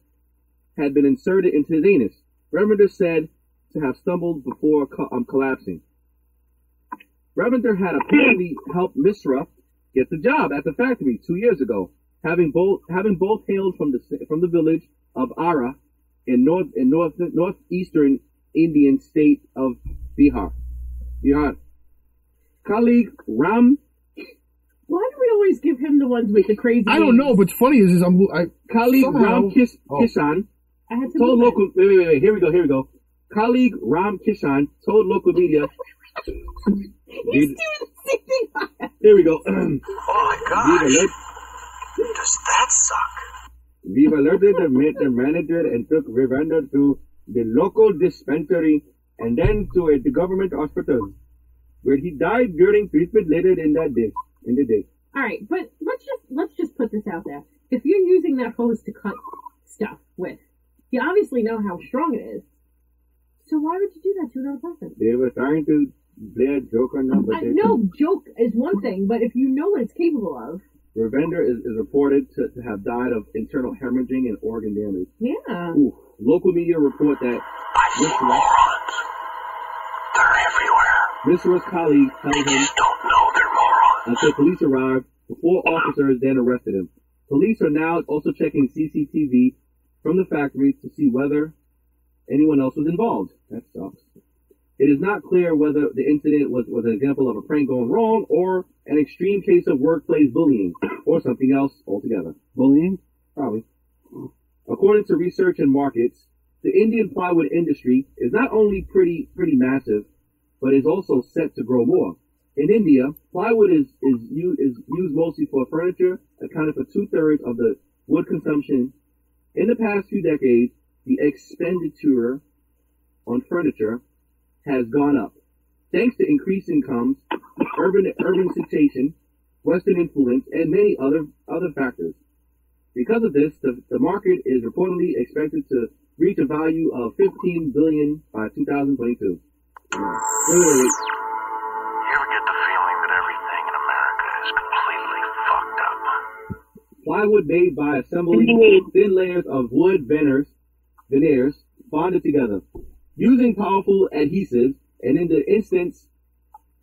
had been inserted into his anus, Revender said to have stumbled before co- um, collapsing. Revender had apparently helped Misra get the job at the factory two years ago, having both having both hailed from the ci- from the village of Ara in north in north northeastern Indian state of Bihar. Bihar. Colleague Ram
Why do we always give him the ones with the crazy?
I don't know. What's funny is, is I'm I,
colleague
somehow-
Ram Kis-
Oh.
Kishan
I had to.
told
move it.
local wait, wait, wait, wait, here we go, here we go. Colleague Ram Kishan told local media
He's doing the same thing.
Here we go.
Oh my
Viva
gosh.
Lert,
Does that suck?
Viva alerted the, ma- the manager and took Vivender to the local dispensary and then to a government hospital, where he died during treatment later in that day. In the day.
All right, but let's just let's just put this out there. If you're using that hose to cut stuff with, you obviously know how strong it is. So why would you do that to another person?
They were trying to play a joke on them, but
I
they
know joke is one thing, but if you know what it's capable of,
Ravender is, is reported to, to have died of internal hemorrhaging and organ damage.
yeah.
Ooh, local media report that Mishra,
They're everywhere.
Mishra's colleague held him
Don't know they're morons.
until police arrived. The four officers then arrested him. Police are now also checking CCTV from the factory to see whether anyone else was involved. That sucks. It is not clear whether the incident was, was an example of a prank going wrong or an extreme case of workplace bullying or something else altogether. Bullying? Probably. According to research and markets, the Indian plywood industry is not only pretty pretty massive, but is also set to grow more. In India, plywood is is, u- is used mostly for furniture, accounting for two thirds of the wood consumption. In the past few decades, the expenditure on furniture has gone up, thanks to increased incomes, urban urban citation, Western influence, and many other other factors. Because of this, the, the market is reportedly expected to reach a value of 15 billion by 2022. Wait, wait, wait.
You ever get the feeling that everything in America is completely fucked up?
plywood made by assembling thin layers of wood veneers, veneers bonded together using powerful adhesives. And in the instance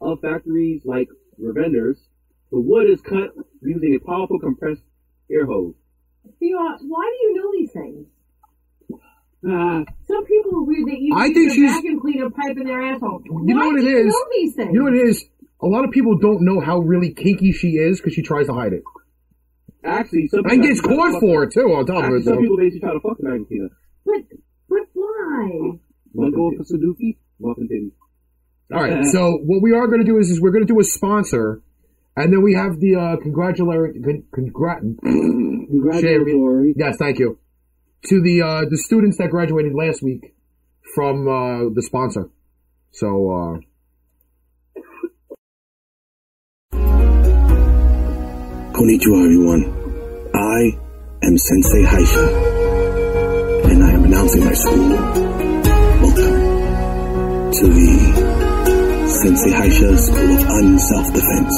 of factories like Revender's, the wood is cut using a powerful compressed air hose.
You know, why do you know these things?
Ah,
Some people are weird that you
I
use
think
their
she's-
vacuum cleaner pipe in their asshole.
You know
Why
what it
do you
is?
know these things?
You know what it is? A lot of people don't know how really kinky she is because she tries to hide it.
actually, some
And
people
gets caught for it, too, on top of
Actually,
it,
some
though.
people basically try to fuck the vacuum cleaner.
But but why?
One go for Sudoku, muffin titty.
All right, so what we are going to do is, is we're going to do a sponsor, and then we have the uh, congratulatory. Con- congrat-
Congratulatory.
yes, thank you. To the uh, the students that graduated last week from uh, the sponsor. So, uh,
Konnichiwa, everyone. I am Sensei Haisha, and I am announcing my school welcome
mentally sensei haishas full of unself-defense,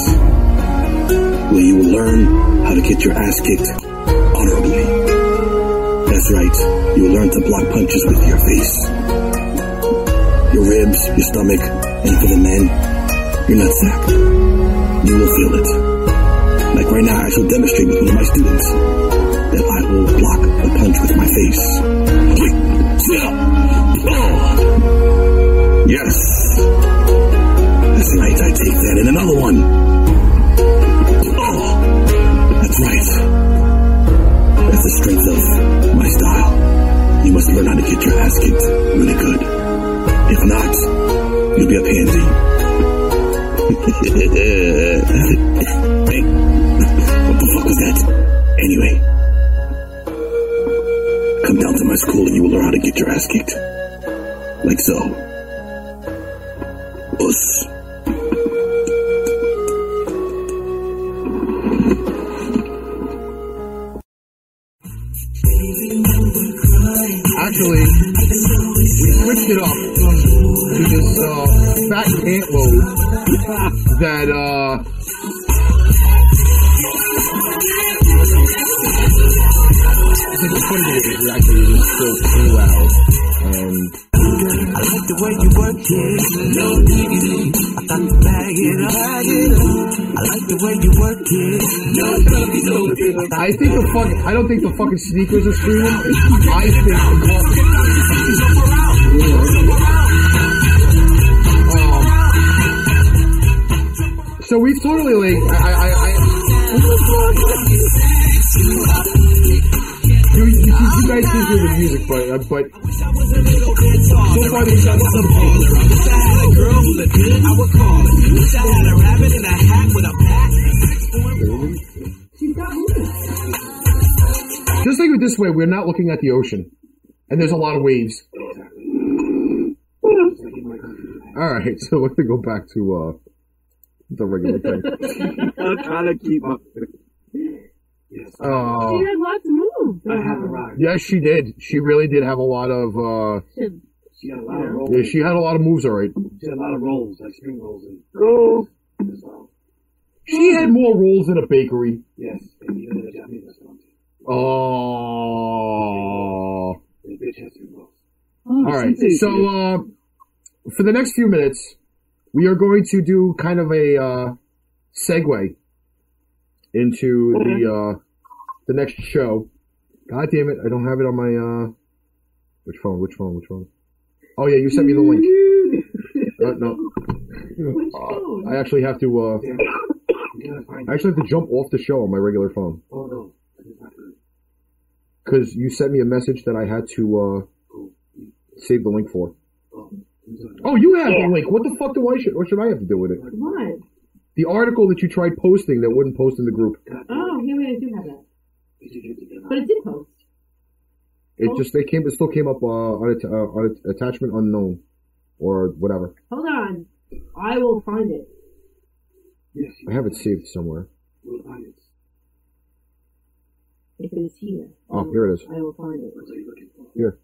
where you will learn how to get your ass kicked honorably. That's right, you will learn to block punches with your face, your ribs, your stomach, and for the men, your nutsack. You will feel it. Like right now, I shall demonstrate with one of my students that I will block the punch with my face. Oh. Yes. That's right. I take that and another one. Oh, that's right. That's the strength of my style. You must learn how to get your ass kicked really good. If not, you'll be a pansy. hey, what the fuck was that? Anyway, come down to my school and you will learn how to get your ass kicked. Like so. Us.
Actually, we switched it up to this uh, fat antload that uh. I think it's funny that it actually is still too loud. And I like the way you work it, no diggity. I got to bag it up, bag it up. I like the way you work it, no diggity, no diggity. I think the fuck. I don't think the fucking sneakers are screaming. I think the fucking- So we've totally like I I I. You, you, you guys can hear the music, but uh, but so far these guys are Just think of it this way: we're not looking at the ocean, and there's a lot of waves. All right, so we're gonna go back to uh, the regular thing.
I'm trying to keep up.
Oh,
She had lots of moves.
yes, she did. She really did have a lot of. uh
Should-
She had a lot of rolls.
Yeah, she had a lot of moves. All right,
She had a lot of rolls, like spring rolls and
Go.
she had more rolls in a bakery.
yes, and even in a Japanese restaurant.
Oh.
The bitch has spring rolls.
All right. So uh, for the next few minutes, we are going to do kind of a uh, segue into the uh, the next show. God damn it! I don't have it on my uh, which phone? Which phone? Which phone? Oh yeah, you sent me the link. Uh, no, I actually have to. Uh, I actually have to jump off the show on my regular phone
Oh no, that is not good.
because you sent me a message that I had to uh, save the link for.
Oh, I'm sorry.
Oh, you have the link. What the fuck do I should? What should I have to do with it?
What?
The article that you tried posting that wouldn't post in the group.
Oh, yeah, wait, I do have that.
Did you get together?
But it did post.
It just they came. It still came up uh, on, a, uh, on a, attachment unknown or whatever.
Hold on. I will find it.
Yes, you
I have it saved somewhere.
will find it.
If it is here.
Oh, here it is.
I will find it.
What are you looking for?
Here,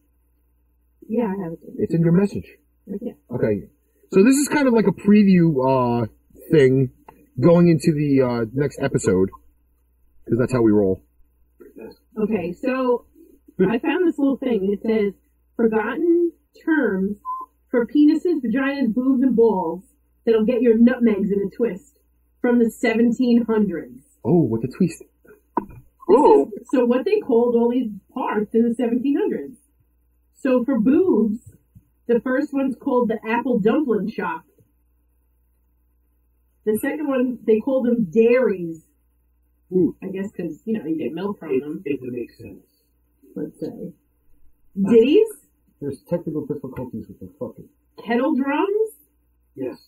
Yeah, I have it.
it's in your message.
Okay.
Okay. So this is kind of like a preview uh, thing going into the uh, next episode because that's how we roll.
Okay, so I found this little thing. It says forgotten terms for penises, vaginas, boobs, and balls that'll get your nutmegs in a twist from the 1700s.
Oh, what the twist!
Ooh.
So what they called all these parts in the 1700s. So for boobs, the first one's called the apple dumpling shop. The second one, they called them dairies.
Ooh.
I guess because, you know, you get milk from
It,
them,
it makes sense.
let's say. Ditties,
There's technical difficulties with the fucking.
kettle drums,
Yes,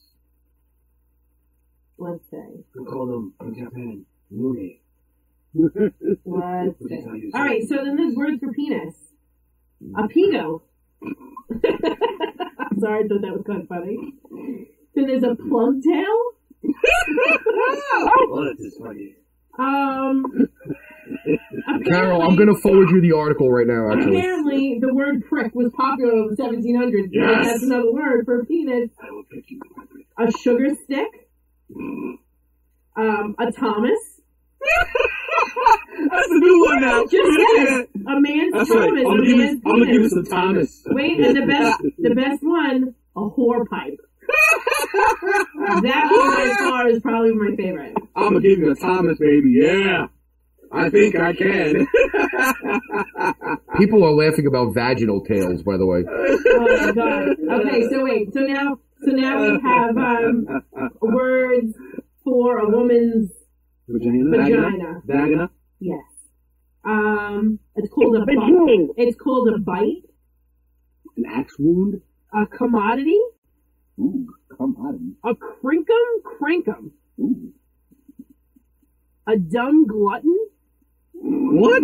let's say.
we call them in Japan Mune.
Let's
Which is how you
say.
say
Alright,
it.
so then there's words for penis. A pino. Sorry, I thought that was kind of funny. Then there's a plug tail.
Oh, that is funny.
Um,
Carol, I'm gonna forward you the article right now. Actually,
Apparently, the word prick was popular in the 1700s.
Yes.
That's another word for a penis. A sugar stick. Um, a Thomas.
That's a new one now.
Just said it. a man's
That's right. I'm
Thomas. a
gonna give
man's
it- I'm gonna give
penis.
it to Thomas.
Wait, and the best, the best one, a whore pipe. that one by far is probably my favorite.
I'm gonna give you a Thomas, baby. Yeah, I think I can.
people are laughing about vaginal tails. By the way,
Oh my god. Okay, so wait, so now, so now we have um, words for a woman's
Vagina.
Vagina.
Vagina.
yes. Um, it's called a
It's a
bite. It's called a bite,
An axe wound.
a commodity,
Ooh, commodity.
a crinkum crankum,
Ooh.
a dumb glutton.
What?
I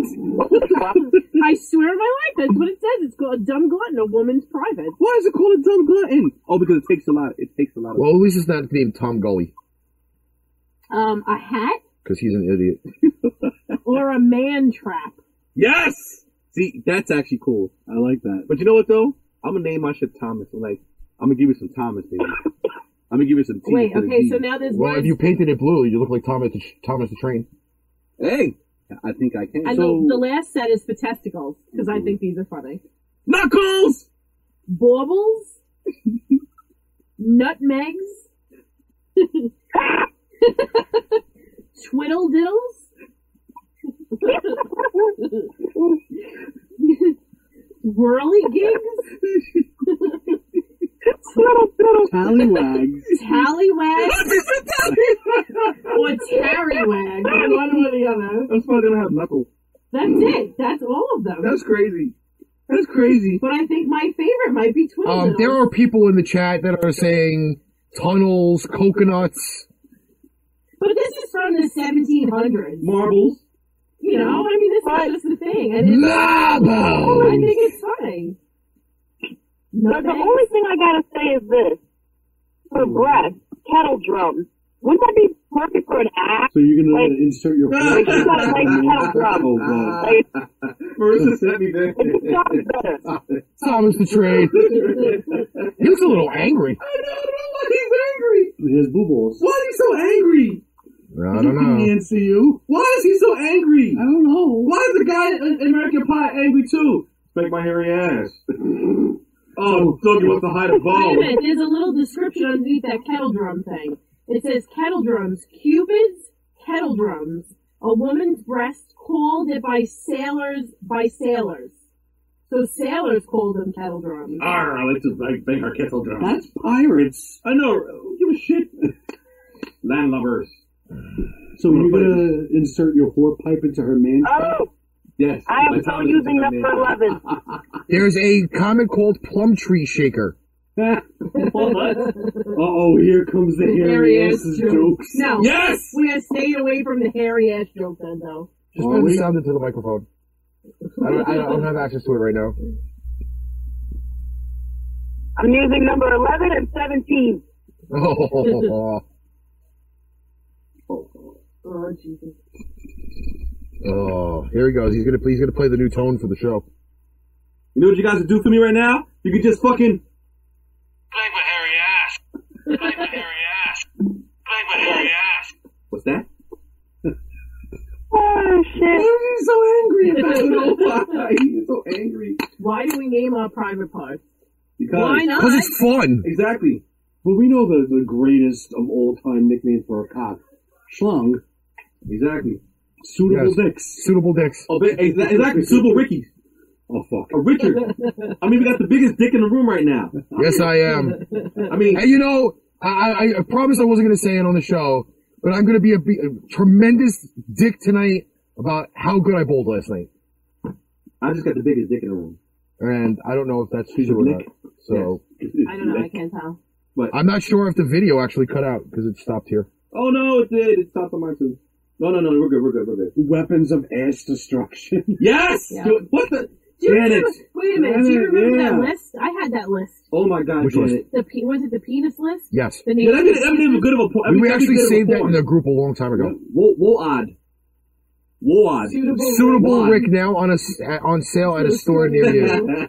swear on my life, that's what it says. It's called a dumb glutton, a woman's private.
Why is it called a dumb glutton? Oh, because it takes a lot. It takes a lot. Of
well, at least it's not named Tom Gully
Um, a hat
because he's an idiot.
or a man trap.
Yes. See, that's actually cool.
I like that.
But you know what though? I'm gonna name my shit Thomas. I'm like, I'm gonna give you some Thomas, baby. I'm gonna give you some. T
Wait,
for the
okay,
G.
so now there's
Well, if
words.
you painted it blue, you look like Thomas the, Thomas the Train.
Hey, I think I can.
And
so,
the, the last set is for testicles, because I think these are funny.
knuckles.
Baubles, nutmegs, twiddle diddles, whirly gigs, tallywags,
Tallywags.
or tarrywags, one or the other.
I'm probably gonna have knuckles.
That's it. That's all of them.
That's crazy. That's crazy.
but I think my favorite might be twiddle
Um,
diddles.
there are people in the chat that are saying tunnels, coconuts.
But this is from the 1700s.
Marbles.
You know, I mean, this is just the thing. And it's, I
Marbles!
think it's funny.
But the only thing I gotta say is this: for breath, kettle drum. Wouldn't that be perfect for an act?
So you're gonna
Like-
insert your
Like you gotta play kettle drum.
Oh, God.
Like,
Marissa sent me there.
it just sounds better.
Thomas the Train. He looks a little angry.
I don't know why he's angry.
He has blue balls.
Why is he so angry?
I don't know.
Answer you?
Why is he so angry?
I don't know.
Why is the guy in in American Pie angry too? Spank my hairy ass. Oh, Dougie wants to hide a
Wait a
bone.
minute, there's a little description underneath that kettle drum thing. It says kettle drums, Cupid's kettle drums, a woman's breast called it by sailors, by sailors. So sailors called them kettle drums.
Arr, I like to like, bang our kettle drum.
That's pirates.
I know. who Give a shit. Landlubbers.
So you're gonna insert your whore pipe into her man?
Oh,
Yes.
I am so using that for eleven.
There's a comic called Plum Tree Shaker.
uh oh, here comes the hairy asses jokes.
No,
Yes!
we are staying away from the hairy ass joke then though.
Just
Are
put the
we?
sound into the microphone. I don't, I don't I don't have access to it right now.
I'm using number eleven and seventeen.
Oh,
Oh Jesus.
oh, here he goes. He's gonna he's gonna play the new tone for the show.
You know what you guys would do for me right now? You could just fucking.
Play with hairy ass. Play with hairy ass. Play with hairy ass.
What's that?
Oh shit!
He's so angry. I don't know why. He's so angry.
Why do we name our private parts?
Because.
Why not?
Cause it's fun.
Exactly.
But we know the, the greatest of all time nickname for a cock. Schlong.
Exactly.
Suitable
Yes.
dicks.
Suitable dicks.
Oh, ba- exa- exactly. Super Ricky.
Oh fuck.
A Richard. I mean, we got the biggest dick in the room right now.
Yes, I am.
I mean,
And you know, I, I, I promised I wasn't going to say it on the show, but I'm going to be a, be- a tremendous dick tonight about how good I bowled last night.
I just got the biggest dick in the room.
And I don't know if that's true or not. So
I don't know, I can't tell.
I'm not sure if the video actually cut out because it stopped here.
Oh no, it did. It stopped on mine too. No, no, no, we're good, we're good, we're good.
Weapons of ass destruction.
Yes!
Yeah.
Dude, What the?
Do you
Janet!
remember, wait a minute, do you
Janet,
remember that
yeah.
list? I had that list.
Oh my god,
Which
Janet.
The pe- was it the penis list?
Yes.
Yeah,
The name
that'd be, that'd be a good of a point.
We, we actually saved that in the group a long time ago.
Wool odd. Ward.
Suitable Rick now on a s- on sale at a store near you.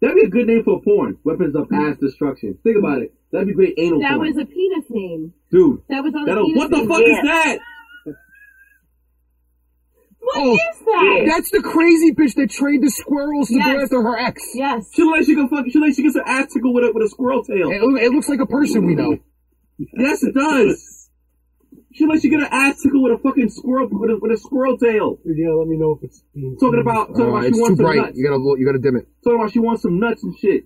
That'd be a good name for a porn. Weapons of mass destruction. Think about it. That'd be great anal
That
porn.
was a penis name.
Dude.
That was on the
That'll-
penis
what the
name.
fuck is that?
What
Oh,
is that?
That's the crazy bitch that trained the squirrels to go after her ex.
Yes.
She looks like she can fuck. She looks like she gets her ass tickled with a with a squirrel tail.
It, it looks like a person we know.
Yes, it does. She looks like she get her ass tickled with a fucking squirrel with a, with a squirrel tail.
Yeah, let me know if it's being
Talking about talking
Uh,
about she
it's too
wants some
bright.
nuts.
You gotta lo- you gotta dim it.
Talking about she wants some nuts and shit.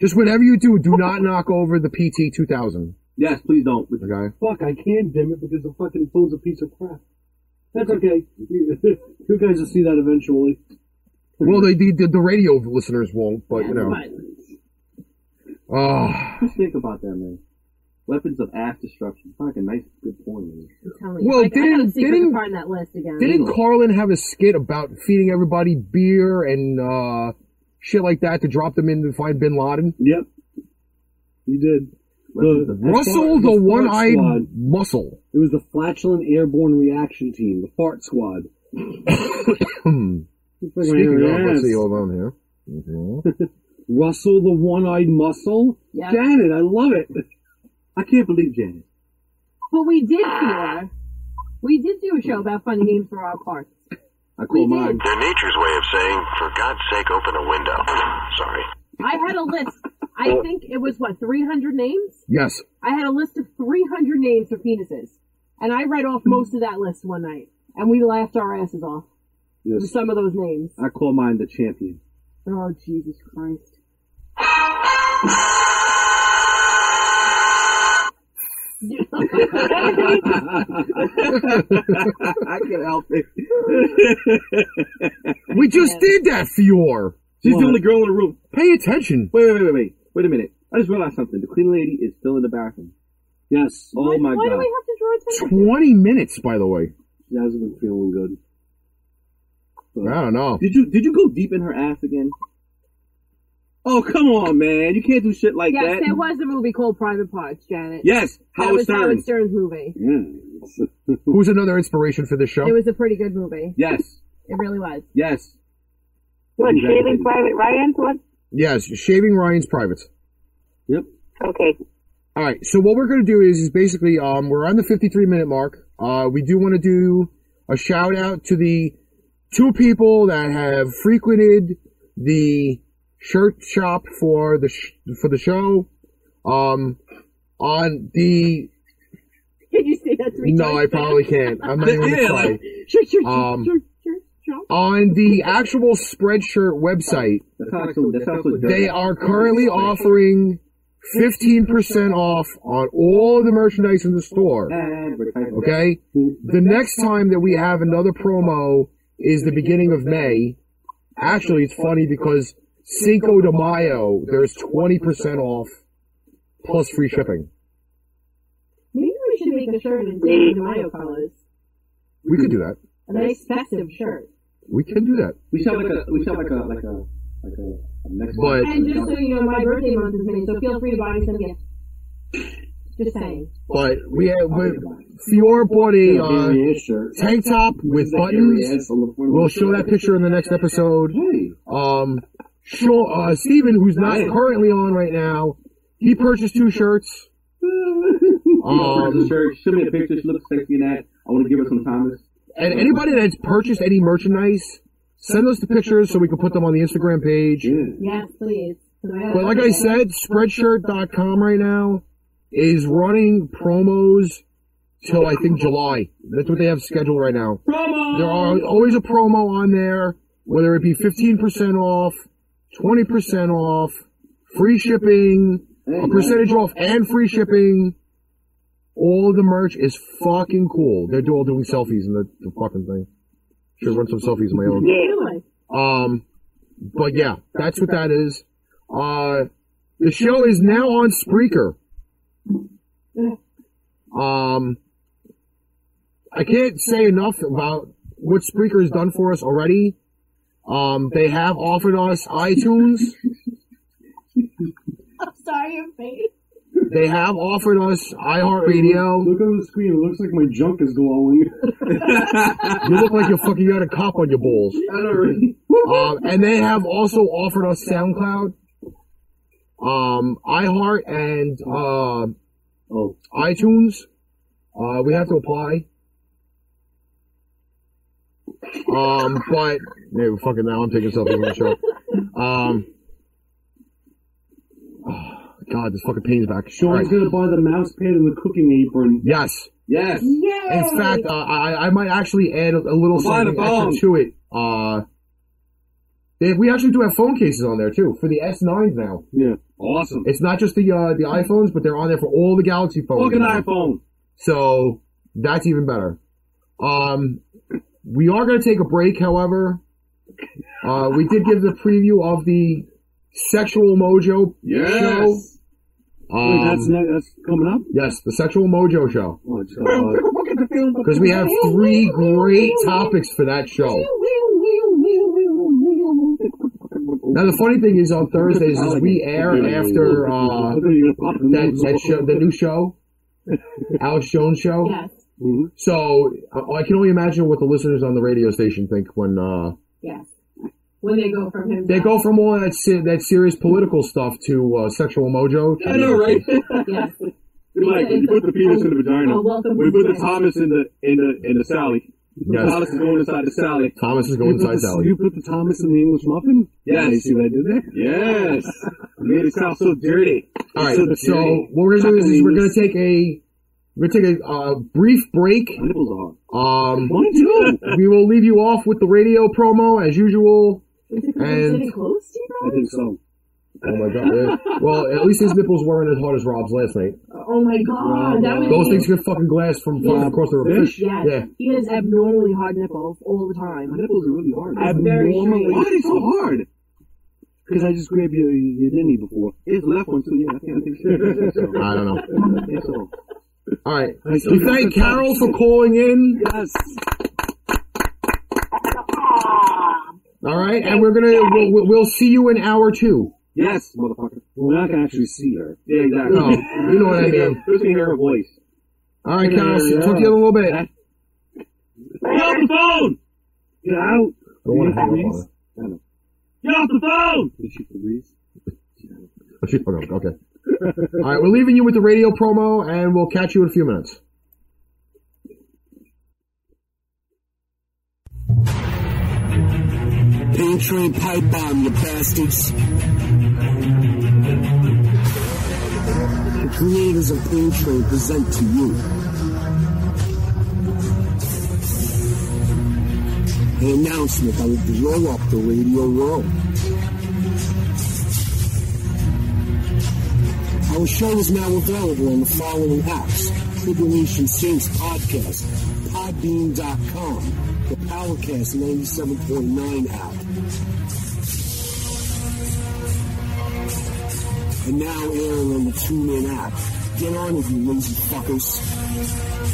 Just whatever you do, do not knock over the PT two thousand.
Yes, please don't.
Okay.
Fuck, I can dim it because the fucking phone's a piece of crap. That's okay. you guys will see that eventually.
Well, the the, the, the radio listeners won't, but you know. Oh,
Just think about that, man. Weapons of ass destruction. It's like a nice, good point. Man.
I'm telling you.
Well,
like, I
didn't-
haven't seen
didn't-
the part in that list again.
didn't Carlin have a skit about feeding everybody beer and uh, shit like that to drop them in to find Bin Laden?
Yep. You did.
Weapons
The-
of
Russell, the
fart
one-eyed
squad.
muscle.
It was the Flatulent Airborne Reaction Team, the Fart Squad.
Speaking of, let's see, hold on here. Mhm.
Russell, the one-eyed muscle.
Yeah.
Janet, I love it.
I can't believe Janet.
But we did Sheila. We did do a show about funny names for our parts.
I call mine.
They're nature's way of saying, for God's sake, open a window. Sorry.
I had a list. I think it was what 300 names.
Yes.
I had a list of 300 names for penises, and I read off most of that list one night, and we laughed our asses off with
Yes.
some of those names.
I call mine the champion.
Oh Jesus Christ!
I can help it.
We just did that, Fior.
She's the only girl in the room.
Pay attention.
Wait, wait, wait, wait, wait. Wait a minute. I just realized something. The clean lady is still in the bathroom.
Yes.
Oh my
Why
god.
do we have to draw attention?
20 minutes, by the way.
She hasn't been feeling good.
I don't know.
Did you did you go deep in her ass again? Oh come on, man! You can't do shit like
yes,
that.
there was a movie called Private Parts, Janet.
Yes,
that
Howard
was
Stern.
Howard Stern's movie.
Yeah.
Who's another inspiration for this show?
It was a pretty good movie.
Yes,
It really was.
yes.
What,
Exactly.
Shaving Private Ryan? What?
yes, Shaving Ryan's Privates.
Yep.
Okay.
All right. So what we're going to do is, is basically um, we're on the 53 minute mark. Uh, we do want to do a shout out to the two people that have frequented the shirt shop for the sh- for the show. Um, on the
Can you say that three
no, I
times?
probably can't. I'm not even gonna
Yeah,
try.
like-
Sure, sure, sure,
Um,
sure, sure, sure.
On the actual Spreadshirt website,
That's not so. That's not so.
They are currently offering 15% off on all the merchandise in the store. Okay? The next time that we have another promo is the beginning of May. Actually, it's funny because Cinco de Mayo, there's 20% off plus free shipping.
Maybe we should make a shirt in Cinco de Mayo colors.
We could do that.
A nice festive shirt.
We can do that.
We should have like a. We should have like a like a like a, a next.
But
And just so you know, my birthday month is May, so feel free to buy me some gifts. Just saying.
but we have but Fiora bought a uh,
shirt.
tank top with buttons. We'll show that picture in the next episode.
Hey.
Um, Sean, uh, Steven, who's not currently on right now, he purchased two shirts. Um,
shirt. Show me a picture. She looks sexy in that. I want to give her some Thomas.
and anybody that's purchased any merchandise, send us the pictures so we can put them on the Instagram page.
Yes, please.
But like I said, spreadshirt.com right now is running promos till I think July. That's what they have scheduled right now.
Promo.
There are always a promo on there, whether it be 15% off, 20% off, free shipping, a percentage off and free shipping. All the merch is fucking cool. They're do- all doing selfies in the, the fucking thing. Should run some selfies of my own.
Really?
Um, but yeah, that's what that is. Uh, the show is now on Spreaker. Um, I can't say enough about what Spreaker has done for us already. Um, they have offered us iTunes.
I'm sorry, I'm fake.
They have offered us iHeartRadio.
Look on the screen. It looks like my junk is glowing.
You look like you fucking got a cop on your balls. Um, and they have also offered us SoundCloud, um, iHeart, and uh,
Oh.
iTunes. Uh, we have to apply. Um, but yeah, fucking now I'm taking something on the show. Um, oh, God, this fucking pain's back.
Sean's
Alright.
gonna buy the mouse pad and the cooking apron.
Yes.
Yes.
In fact, uh, I I might actually add a, a little
Buy the
something extra
bomb.
to it. Uh, they, we actually do have phone cases on there too for the S9s now.
Yeah, Mm-hmm.
awesome. It's not just the uh, the iPhones, but they're on there for all the Galaxy phones.
Fucking
now.
iPhone.
So that's even better. Um, we are going to take a break, however. Uh, we did give the preview of the Sexual Mojo
Yes.
show. Um,
Wait, that's ne- that's coming up. Oh, uh,
Yes, the Sexual Mojo show.
Because
Because we have three great topics for that show. Now the funny thing is on Thursdays is we air after uh, that, that show, the new show, Alex Jones show.
Yes.
So uh, I I can only imagine what the listeners on the radio station think when uh,
Yes. When they go from him.
they go from all that se- that serious political stuff to uh, sexual mojo.
I know, right?
Yes.
Like when you put the penis in the vagina.
Oh, welcome.
When you put the Thomas in the in the in the Sally.
Yes.
Thomas is going inside the Sally.
Thomas is going
you put
inside
the,
Sally.
You put the Thomas in the English muffin.
Yes.
You see what I did there?
Yes. Made it sound so dirty.
All right.
So
So
dirty.
what we're gonna do is we're gonna take a we're gonna take a uh, brief break. Um, we will leave you off with the radio promo as usual. And-
close to you
I think so.
Oh my god! yeah. Well, at least his nipples weren't as hard as Rob's last night.
guys? Oh my god, that would
Those
be-
things could fucking glass from fucking
Yes.
across the river.
Yes.
Yeah.
He has abnormally hard nipples all the time.
Nipples are really hard.
I'm very
Abnormally.
sure. Why are they
so hard?
Because I just grabbed your, your ninny before.
His left one too. Yeah, I think I think so.
I don't know.
I think so.
All right. We thank Carol for calling in.
Yes.
All right, and we're gonna we'll, we'll- we'll see you in hour two.
Yes, motherfucker.
We're not gonna actually see her.
Yeah, exactly.
No, you know what I mean.
Who's gonna hear her voice?
All right, Carol. Talk to you in a little bit. I
Get off the phone!
Get out.
don't want to hang up on her.
Get off the phone!
Did she freeze?
Oh, she hung up. Okay. All right, we're leaving you with the radio promo, and we'll catch you in a few minutes.
Pain train pipe bomb, you bastards. The creators of Pain Train present to you. An announcement that will blow up the radio world. Our show is now available on the following apps. Tribulation Saints Podcast, Podbean.com, the Powercast 97.9 app. And now airing on the TuneIn app. Get on it, you lazy fuckers.